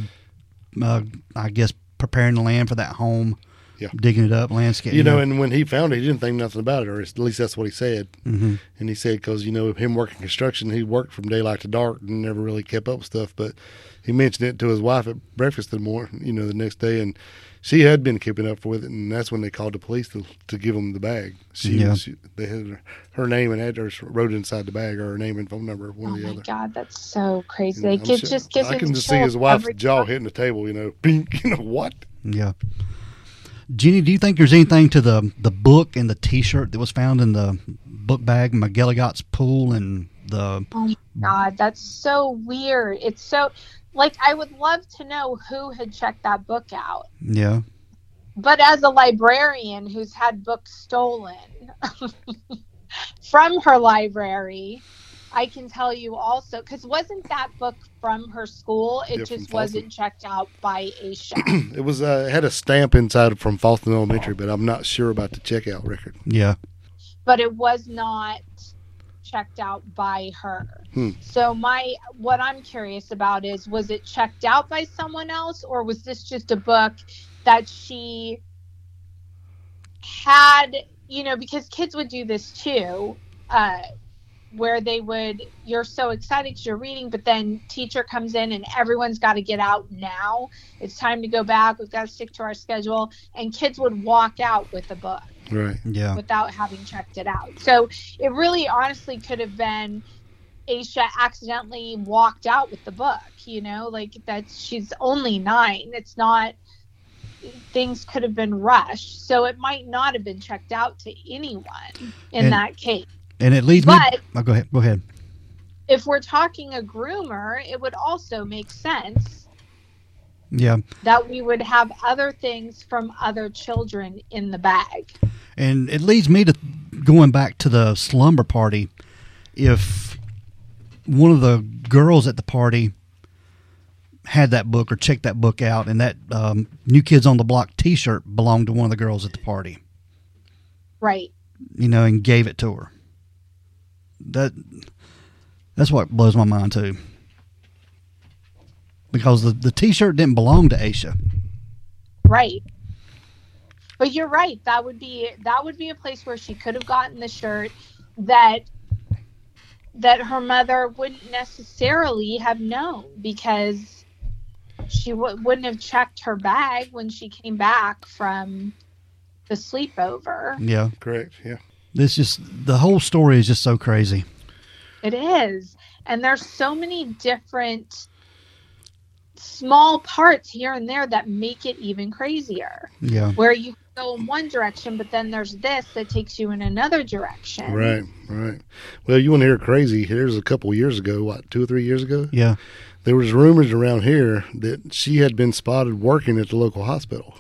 [SPEAKER 1] uh, I guess, preparing the land for that home,
[SPEAKER 2] Yeah.
[SPEAKER 1] digging it up, landscaping.
[SPEAKER 2] You know, and when he found it, he didn't think nothing about it, or at least that's what he said.
[SPEAKER 1] hmm
[SPEAKER 2] And he said, because, you know, him working construction, he worked from daylight to dark and never really kept up with stuff. But he mentioned it to his wife at breakfast in the morning, you know, the next day. And she had been keeping up with it. And that's when they called the police to, to give him the bag. She,
[SPEAKER 1] Yeah.
[SPEAKER 2] she They had her, her name and address wrote inside the bag, or her name and phone number, one
[SPEAKER 3] Oh
[SPEAKER 2] or the
[SPEAKER 3] my
[SPEAKER 2] other.
[SPEAKER 3] god, that's so crazy.
[SPEAKER 2] And
[SPEAKER 3] Like,
[SPEAKER 2] I'm
[SPEAKER 3] it
[SPEAKER 2] sure-
[SPEAKER 3] just gives
[SPEAKER 2] I
[SPEAKER 3] me
[SPEAKER 2] can just see his
[SPEAKER 3] chills
[SPEAKER 2] wife's
[SPEAKER 3] every
[SPEAKER 2] jaw
[SPEAKER 3] time.
[SPEAKER 2] hitting the table, you know, pink, you know, what?
[SPEAKER 1] Yeah. Jenny, do you think there's anything to the, the book and the t shirt that was found in the book bag, McGilligot's pool, and the.
[SPEAKER 3] Oh my god, that's so weird. It's so like I would love to know who had checked that book out.
[SPEAKER 1] Yeah.
[SPEAKER 3] But as a librarian who's had books stolen from her library, I can tell you also because wasn't that book from her school? It
[SPEAKER 2] Yeah, from
[SPEAKER 3] just wasn't checked out by Aisha.
[SPEAKER 2] It was, uh, it had a stamp inside from Falston Elementary, but I'm not sure about the checkout record.
[SPEAKER 1] Yeah.
[SPEAKER 3] but it was not checked out by her.
[SPEAKER 2] Hmm.
[SPEAKER 3] So my what I'm curious about is was it checked out by someone else or was this just a book that she had, you know, because kids would do this too. Uh where they would you're so excited 'cause you're reading but then teacher comes in and everyone's got to get out now it's time to go back we've got to stick to our schedule and kids would walk out with the book
[SPEAKER 2] Right.
[SPEAKER 1] Yeah.
[SPEAKER 3] without having checked it out. So it really honestly could have been Aisha accidentally walked out with the book, you know, like that she's only nine. It's not things could have been rushed. So it might not have been checked out to anyone in
[SPEAKER 1] And-
[SPEAKER 3] that case.
[SPEAKER 1] And it leads me.
[SPEAKER 3] But-
[SPEAKER 1] Oh, go ahead. Go ahead.
[SPEAKER 3] If we're talking a groomer, it would also make sense
[SPEAKER 1] Yeah.
[SPEAKER 3] that we would have other things from other children in the bag.
[SPEAKER 1] And it leads me to going back to the slumber party. If one of the girls at the party had that book or checked that book out, and that um, New Kids on the Block t shirt belonged to one of the girls at the party,
[SPEAKER 3] Right.
[SPEAKER 1] you know, and gave it to her. That that's what blows my mind too. Because the, the t shirt didn't belong to Aisha.
[SPEAKER 3] Right. But you're right. That would be that would be a place where she could have gotten the shirt that that her mother wouldn't necessarily have known because she w- wouldn't have checked her bag when she came back from the sleepover.
[SPEAKER 1] Yeah.
[SPEAKER 2] Correct. Yeah.
[SPEAKER 1] This just the whole story is just so crazy.
[SPEAKER 3] It is. And there's so many different small parts here and there that make it even crazier.
[SPEAKER 1] Yeah.
[SPEAKER 3] Where you go in one direction, but then there's this that takes you in another direction.
[SPEAKER 2] Right. Right. Well, you want to hear crazy? Here's a couple years ago. What? Two or three years ago.
[SPEAKER 1] Yeah.
[SPEAKER 2] There was rumors around here that she had been spotted working at the local hospital,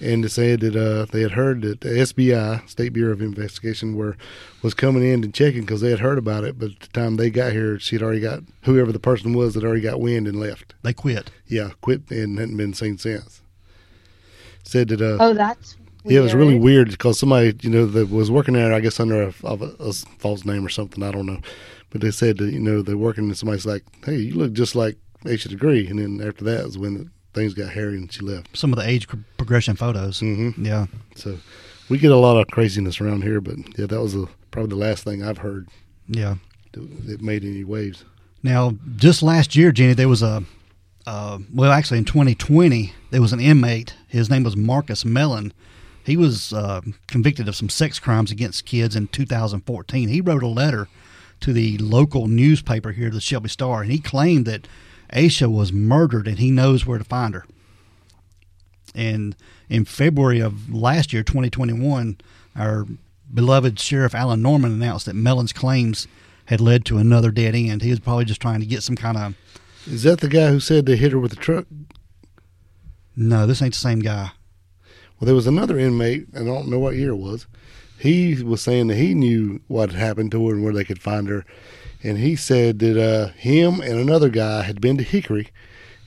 [SPEAKER 2] and they said that uh, they had heard that the SBI State Bureau of Investigation were was coming in and checking because they had heard about it. But at the time they got here, she had already got whoever the person was that already got wind and left.
[SPEAKER 1] They quit.
[SPEAKER 2] Yeah, quit and hadn't been seen since. Said that uh,
[SPEAKER 3] Oh, that's weird.
[SPEAKER 2] yeah, it was really weird because somebody, you know, that was working there, I guess, under a, of a, a false name or something. I don't know. But they said that, you know, they're working and somebody's like, hey, you look just like Aisha Degree. And then after that is when things got hairy and she left.
[SPEAKER 1] Some of the age cr- progression photos.
[SPEAKER 2] Mhm.
[SPEAKER 1] Yeah.
[SPEAKER 2] So we get a lot of craziness around here. But yeah, that was the probably the last thing I've heard
[SPEAKER 1] Yeah.
[SPEAKER 2] that that made any waves.
[SPEAKER 1] Now, just last year, Jenny, there was a, uh, well, actually in 2020, there was an inmate. His name was Marcus Mellon. He was uh, convicted of some sex crimes against kids in 2014. He wrote a letter to the local newspaper here, the Shelby Star, and he claimed that Aisha was murdered and he knows where to find her. And in February of last year, 2021, our beloved Sheriff Alan Norman announced that Mellon's claims had led to another dead end. He was probably just trying to get some kind of
[SPEAKER 2] Is that the guy who said they hit her with a truck?
[SPEAKER 1] no, this ain't the same guy.
[SPEAKER 2] Well, there was another inmate, and I don't know what year it was. He was saying that he knew what had happened to her and where they could find her. And he said that uh, him and another guy had been to Hickory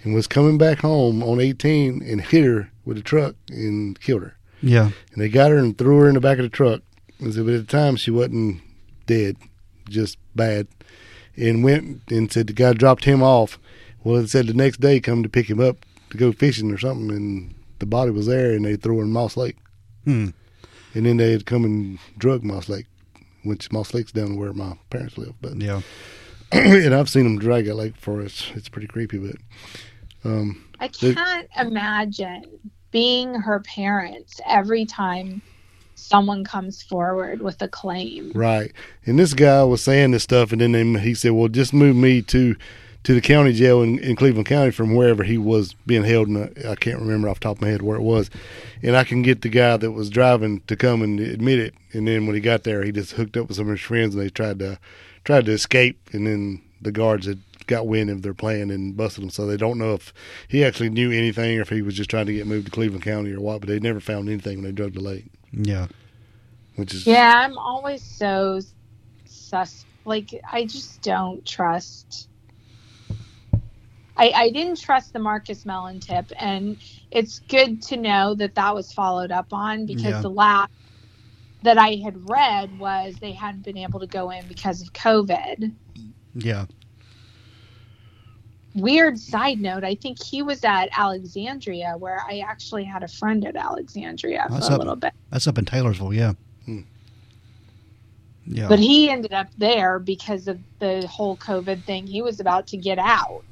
[SPEAKER 2] and was coming back home on 18 and hit her with a truck and killed her.
[SPEAKER 1] Yeah,
[SPEAKER 2] And they got her and threw her in the back of the truck. And said, but at the time, she wasn't dead, just bad. And went and said the guy dropped him off. Well, it said the next day come to pick him up to go fishing or something. And the body was there and they threw her in Moss Lake.
[SPEAKER 1] hmm.
[SPEAKER 2] And then they had come and drug Moss Lake, which Moss Lake's down where my parents live. But
[SPEAKER 1] yeah,
[SPEAKER 2] and I've seen them drag it like for us. It's pretty creepy, but um,
[SPEAKER 3] I
[SPEAKER 2] The-
[SPEAKER 3] can't imagine being her parents every time someone comes forward with a claim.
[SPEAKER 2] right. And this guy was saying this stuff, and then they, he said, "Well, just move me to to the county jail in, in Cleveland County from wherever he was being held." And I, I can't remember off the top of my head where it was. And I can get the guy that was driving to come and admit it. And then when he got there, he just hooked up with some of his friends, and they tried to tried to escape, and then the guards had got wind of their plan and busted him. So they don't know if he actually knew anything or if he was just trying to get moved to Cleveland County or what. But they never found anything when they drugged the lake,
[SPEAKER 1] yeah,
[SPEAKER 2] which is
[SPEAKER 3] Yeah, I'm always so sus. Like, I just don't trust. I, I didn't trust the Marcus Mellon tip, and it's good to know that that was followed up on because
[SPEAKER 1] Yeah.
[SPEAKER 3] the last that I had read was they hadn't been able to go in because of COVID.
[SPEAKER 1] yeah.
[SPEAKER 3] Weird side note, I think he was at Alexandria, where I actually had a friend at Alexandria
[SPEAKER 1] That's
[SPEAKER 3] for a
[SPEAKER 1] up-
[SPEAKER 3] little bit.
[SPEAKER 1] That's up in Taylorsville. Yeah,
[SPEAKER 2] Hmm.
[SPEAKER 1] yeah,
[SPEAKER 3] But he ended up there because of the whole COVID thing. He was about to get out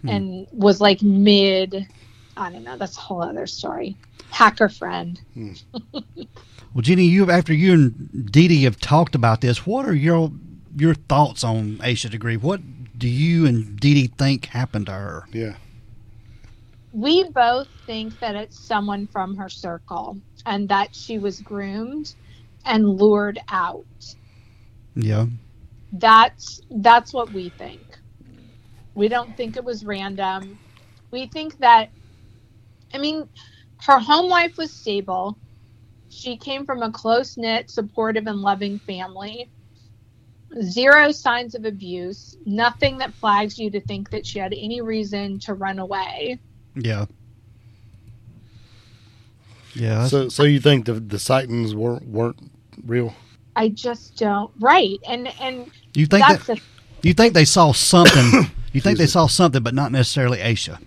[SPEAKER 1] Hmm.
[SPEAKER 3] and was like mid, I don't know, that's a whole other story. Hacker friend.
[SPEAKER 1] Well, Jenny, you after you and Dee Dee have talked about this, what are your your thoughts on Aisha Degree? What do you and Dee Dee think happened to her?
[SPEAKER 2] yeah,
[SPEAKER 3] We both think that it's someone from her circle and that she was groomed and lured out.
[SPEAKER 1] Yeah,
[SPEAKER 3] That's that's what we think. We don't think it was random. we think that i mean her home life was stable she came from a close-knit supportive and loving family zero signs of abuse nothing that flags you to think that she had any reason to run away
[SPEAKER 1] Yeah. Yeah.
[SPEAKER 2] So, so you think the the sightings weren't weren't real?
[SPEAKER 3] i just don't right and and
[SPEAKER 1] you think
[SPEAKER 3] that's
[SPEAKER 1] that
[SPEAKER 3] the
[SPEAKER 1] you think they saw something? you think they
[SPEAKER 2] Excuse
[SPEAKER 1] saw something, but not necessarily Aisha.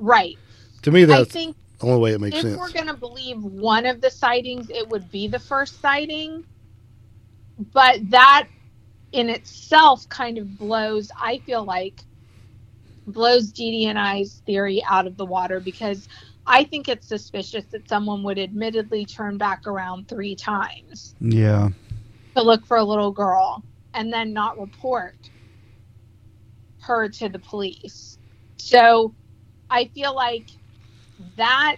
[SPEAKER 3] right
[SPEAKER 2] To me,
[SPEAKER 3] i
[SPEAKER 2] that's the
[SPEAKER 3] think
[SPEAKER 2] only way it makes
[SPEAKER 3] if
[SPEAKER 2] sense.
[SPEAKER 3] we're going to believe one of the sightings, it would be the first sighting. But that in itself kind of blows, I feel like, blows Dee and I's theory out of the water because I think it's suspicious that someone would admittedly turn back around three times
[SPEAKER 1] Yeah.
[SPEAKER 3] to look for a little girl and then not report her to the police. So I feel like that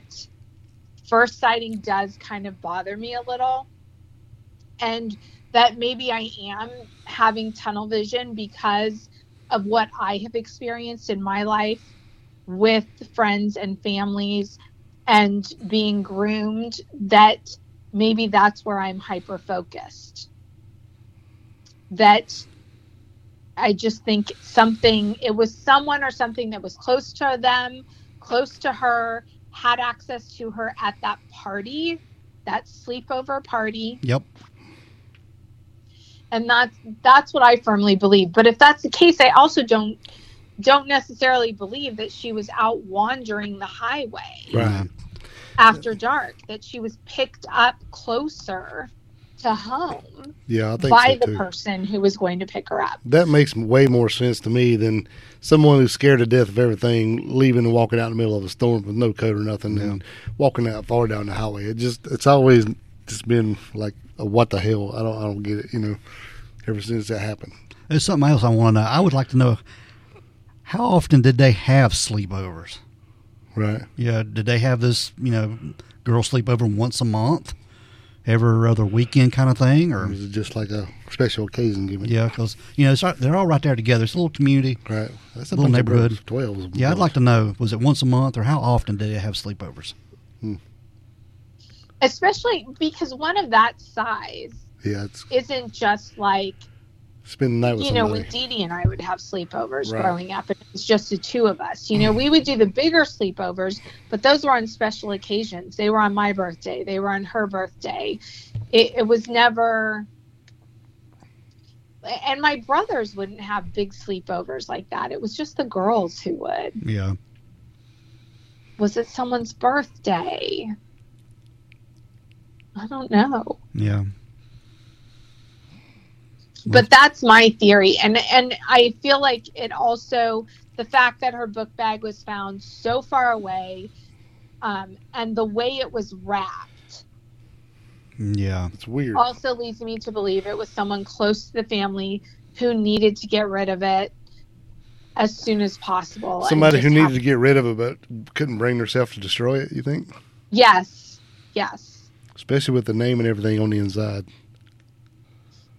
[SPEAKER 3] first sighting does kind of bother me a little. And that maybe I am having tunnel vision because of what I have experienced in my life with friends and families and being groomed, that maybe that's where I'm hyper focused that I just think something it was someone or something that was close to them, close to her, had access to her at that party, that sleepover party,
[SPEAKER 1] Yep.
[SPEAKER 3] and that's that's what I firmly believe. But if that's the case, I also don't don't necessarily believe that she was out wandering the highway
[SPEAKER 2] Right.
[SPEAKER 3] after dark, that she was picked up closer to home
[SPEAKER 2] Yeah, I think
[SPEAKER 3] by
[SPEAKER 2] so
[SPEAKER 3] the
[SPEAKER 2] too.
[SPEAKER 3] person who was going to pick her up.
[SPEAKER 2] That makes m- way more sense to me than someone who's scared to death of everything, leaving and walking out in the middle of a storm with no coat or nothing, and walking out far down the highway. It just it's always just been like a what the hell? I don't I don't get it. You know, ever since that happened.
[SPEAKER 1] There's something else I want to know. I would like to know how often did they have sleepovers?
[SPEAKER 2] Right.
[SPEAKER 1] Yeah. Did they have this, you know, girl sleepover once a month, every other weekend kind of thing,
[SPEAKER 2] It
[SPEAKER 1] or
[SPEAKER 2] was just like a special occasion gimmick.
[SPEAKER 1] yeah? Because you know, it's, all- they're all right there together. It's a little community.
[SPEAKER 2] Right. That's a
[SPEAKER 1] Little
[SPEAKER 2] bunch of
[SPEAKER 1] neighborhood.
[SPEAKER 2] brothers, Twelve.
[SPEAKER 1] Yeah, I'd like to know. Was it once a month, or how often did they have sleepovers?
[SPEAKER 3] especially because one of that size
[SPEAKER 2] Yeah, it's
[SPEAKER 3] isn't just like
[SPEAKER 2] spend the night with
[SPEAKER 3] you know
[SPEAKER 2] somebody.
[SPEAKER 3] when Dee Dee and I would have sleepovers
[SPEAKER 2] Right.
[SPEAKER 3] growing up, and it was just the two of us. You know, we would do the bigger sleepovers, but those were on special occasions. They were on my birthday, they were on her birthday. It, it was never. And my brothers wouldn't have big sleepovers like that. It was just the girls who would.
[SPEAKER 1] Yeah.
[SPEAKER 3] Was it someone's birthday? I don't know.
[SPEAKER 1] Yeah.
[SPEAKER 3] but that's my theory and and i feel like it also the fact that her book bag was found so far away um, and the way it was wrapped
[SPEAKER 1] Yeah.
[SPEAKER 2] it's weird.
[SPEAKER 3] also leads me to believe it was someone close to the family who needed to get rid of it as soon as possible and
[SPEAKER 2] Somebody
[SPEAKER 3] just
[SPEAKER 2] who
[SPEAKER 3] have-
[SPEAKER 2] needed to get rid of it but couldn't bring herself to destroy it, you think?
[SPEAKER 3] yes yes
[SPEAKER 2] Especially with the name and everything on the inside.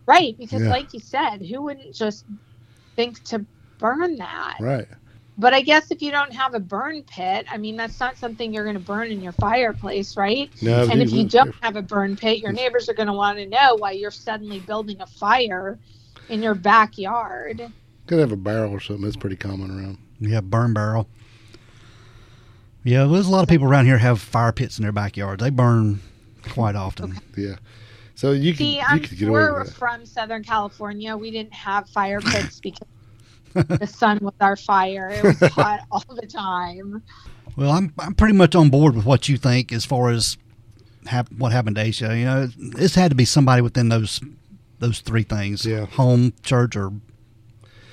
[SPEAKER 3] right because
[SPEAKER 2] Yeah.
[SPEAKER 3] like you said who wouldn't just think to burn that
[SPEAKER 2] Right.
[SPEAKER 3] But I guess if you don't have a burn pit, I mean, that's not something you're going to burn in your fireplace, right?
[SPEAKER 2] No,
[SPEAKER 3] and if you
[SPEAKER 2] wouldn't-
[SPEAKER 3] don't have a burn pit, your neighbors are going to want to know why you're suddenly building a fire in your backyard.
[SPEAKER 2] could have a barrel or something, that's pretty common around.
[SPEAKER 1] Yeah. Burn barrel. Yeah. There's a lot of people around here have fire pits in their backyards. They burn quite often.
[SPEAKER 2] Yeah. So you could,
[SPEAKER 3] See,
[SPEAKER 2] you
[SPEAKER 3] I'm,
[SPEAKER 2] could get away
[SPEAKER 3] we're
[SPEAKER 2] with that.
[SPEAKER 3] from Southern California. We didn't have fire pits because the sun was our fire. It was hot all the time.
[SPEAKER 1] Well, I'm I'm pretty much on board with what you think as far as hap- what happened to Aisha. You know, it- it's had to be somebody within those those three things:
[SPEAKER 2] Yeah.
[SPEAKER 1] home, church, or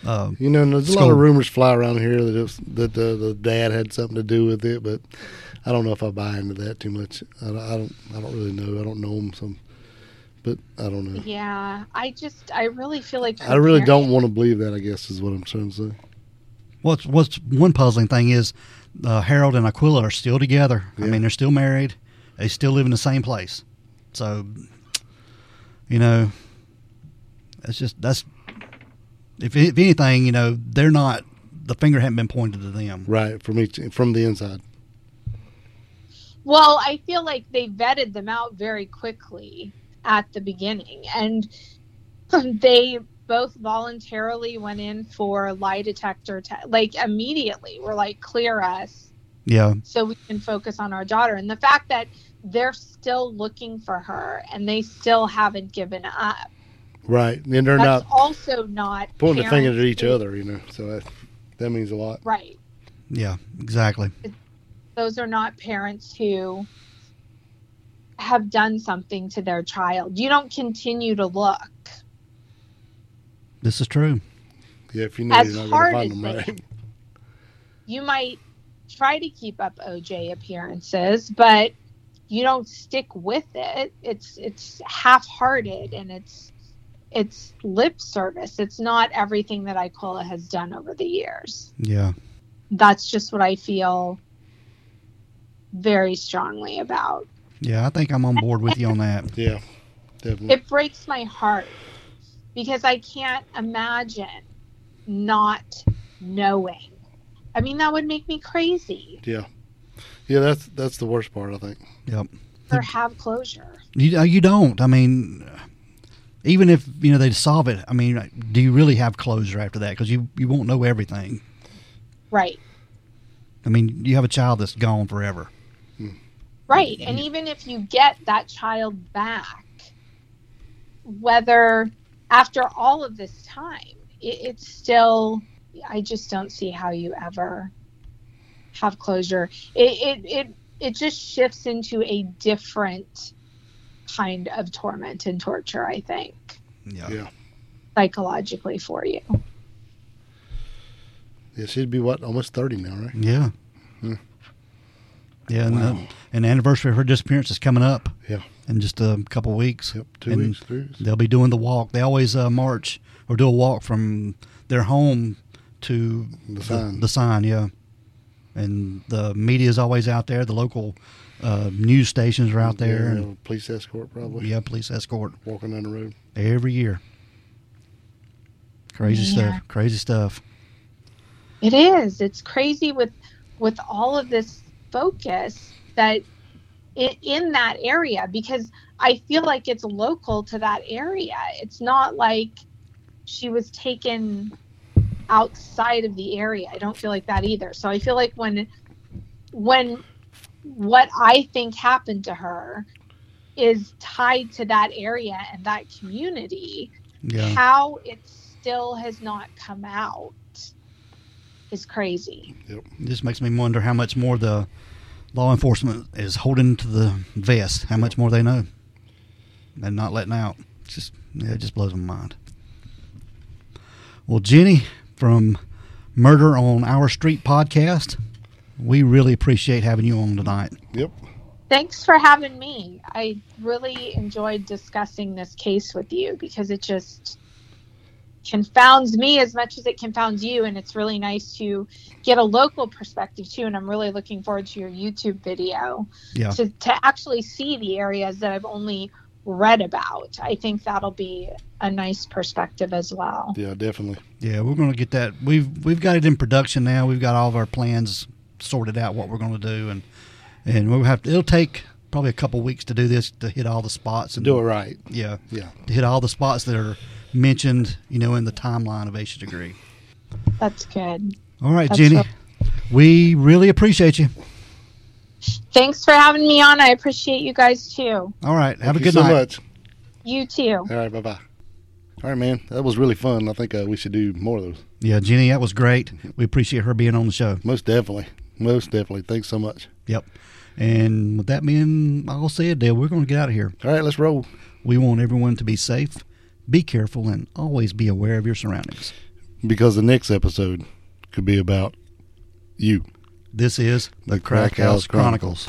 [SPEAKER 1] uh,
[SPEAKER 2] You know, and there's a lot
[SPEAKER 1] School.
[SPEAKER 2] of rumors fly around here that it's, that the, the dad had something to do with it, but I don't know if I buy into that too much. I, don't- I don't. I don't really know. I don't know him some, but I don't know.
[SPEAKER 3] Yeah, I just, I really feel like
[SPEAKER 2] I really
[SPEAKER 3] her
[SPEAKER 2] don't want to believe that. I guess is what I'm trying to say.
[SPEAKER 1] what's what's one puzzling thing is uh, Harold and Aquila are still together. I
[SPEAKER 2] Yeah.
[SPEAKER 1] mean, they're still married. They still live in the same place. So, you know, that's just that's if if anything, you know, they're not the finger hadn't been pointed to them.
[SPEAKER 2] Right from each from the inside.
[SPEAKER 3] Well, I feel like they vetted them out very quickly at the beginning, and they both voluntarily went in for lie detector te- like immediately. We're like, clear us
[SPEAKER 1] Yeah,
[SPEAKER 3] so we can focus on our daughter. And the fact that they're still looking for her and they still haven't given up.
[SPEAKER 2] Right, and they're
[SPEAKER 3] that's
[SPEAKER 2] not
[SPEAKER 3] also not
[SPEAKER 2] pointing the finger at
[SPEAKER 3] parenting.
[SPEAKER 2] each other. You know, so that that means a lot.
[SPEAKER 3] Right.
[SPEAKER 1] yeah, exactly.
[SPEAKER 3] those are not parents who have done something to their child. You don't continue to look.
[SPEAKER 1] This is true.
[SPEAKER 2] Yeah, if you know
[SPEAKER 3] As
[SPEAKER 2] you're not
[SPEAKER 3] hard
[SPEAKER 2] going to find
[SPEAKER 3] as
[SPEAKER 2] them,
[SPEAKER 3] they-
[SPEAKER 2] right?
[SPEAKER 3] You might try to keep up OJ appearances, but you don't stick with it. It's it's half-hearted and it's it's lip service. It's not everything that Icola has done over the years.
[SPEAKER 1] Yeah,
[SPEAKER 3] That's just what I feel very strongly about.
[SPEAKER 1] yeah. I think I'm on board with you on that.
[SPEAKER 2] Yeah, definitely.
[SPEAKER 3] it breaks my heart because I can't imagine not knowing. I mean, that would make me crazy
[SPEAKER 2] yeah, that's that's the worst part. I think.
[SPEAKER 3] or have closure.
[SPEAKER 1] You uh, you don't. I mean, even if you know they solve it, I mean, do you really have closure after that? Because you you won't know everything.
[SPEAKER 3] Right.
[SPEAKER 1] I mean, you have a child that's gone forever.
[SPEAKER 3] Right. And even if you get that child back, whether after all of this time, it, it's still, I just don't see how you ever have closure. It, it, it, it just shifts into a different kind of torment and torture, I think,
[SPEAKER 1] Yeah.
[SPEAKER 2] Yeah.
[SPEAKER 3] psychologically for you.
[SPEAKER 2] Yeah, she'd be what almost thirty now, right?
[SPEAKER 1] Yeah.
[SPEAKER 2] Hmm.
[SPEAKER 1] Yeah, and,
[SPEAKER 2] Wow.
[SPEAKER 1] the, and the anniversary of her disappearance is coming up.
[SPEAKER 2] Yeah.
[SPEAKER 1] In just a couple weeks.
[SPEAKER 2] Yep, two
[SPEAKER 1] And
[SPEAKER 2] weeks, three. Weeks.
[SPEAKER 1] They'll be doing the walk. They always uh, march or do a walk from their home to
[SPEAKER 2] The sign.
[SPEAKER 1] The sign, yeah. And the media is always out there. The local uh, news stations are out there.
[SPEAKER 2] Yeah,
[SPEAKER 1] and
[SPEAKER 2] a police escort probably.
[SPEAKER 1] yeah, police escort
[SPEAKER 2] walking down the road.
[SPEAKER 1] every year. Crazy
[SPEAKER 3] Man.
[SPEAKER 1] stuff. Crazy stuff.
[SPEAKER 3] It is. It's crazy with with all of this focus that i in that area because I feel like it's local to that area. It's not like she was taken outside of the area. I don't feel like that either. So I feel like when when what I think happened to her is tied to that area and that community,
[SPEAKER 1] Yeah.
[SPEAKER 3] how it still has not come out is crazy.
[SPEAKER 1] It just makes me wonder how much more the law enforcement is holding to the vest, how much more they know and not letting out. It's just yeah, it just blows my mind. Well, Jenny from Murder on Our Street podcast, we really appreciate having you on tonight.
[SPEAKER 2] Yep.
[SPEAKER 3] Thanks for having me. I really enjoyed discussing this case with you because it just confounds me as much as it confounds you and it's really nice to get a local perspective too and I'm really looking forward to your YouTube video
[SPEAKER 1] Yeah.
[SPEAKER 3] to to actually see the areas that I've only read about. I think that'll be a nice perspective as well.
[SPEAKER 2] Yeah, definitely.
[SPEAKER 1] Yeah, we're going to get that. We've we've got it in production now. We've got all of our plans sorted out what we're going to do and and we'll have to, it'll take probably a couple weeks to do this to hit all the spots and
[SPEAKER 2] Do it right.
[SPEAKER 1] Yeah.
[SPEAKER 2] Yeah.
[SPEAKER 1] To hit all the spots that are mentioned, you know, in the timeline of Aisha Degree.
[SPEAKER 3] That's good.
[SPEAKER 1] All right,
[SPEAKER 3] That's
[SPEAKER 1] Jenny.
[SPEAKER 3] so-
[SPEAKER 1] We really appreciate you.
[SPEAKER 3] Thanks for having me on. I appreciate you guys too.
[SPEAKER 1] All right. Have
[SPEAKER 2] Thank
[SPEAKER 1] a
[SPEAKER 2] you
[SPEAKER 1] good
[SPEAKER 2] so
[SPEAKER 1] night.
[SPEAKER 2] much.
[SPEAKER 3] You too.
[SPEAKER 2] All right, bye bye. All right, man. That was really fun. I think uh, we should do more of those.
[SPEAKER 1] Yeah, Jenny, that was great. We appreciate her being on the show.
[SPEAKER 2] Most definitely. Most definitely. Thanks so much.
[SPEAKER 1] Yep. And with that being all said, Dale, we're going to get out of here.
[SPEAKER 2] All right, let's roll.
[SPEAKER 1] We want everyone to be safe, be careful, and always be aware of your surroundings.
[SPEAKER 2] Because the next episode could be about you.
[SPEAKER 1] This is
[SPEAKER 2] The Crack House Chronicles.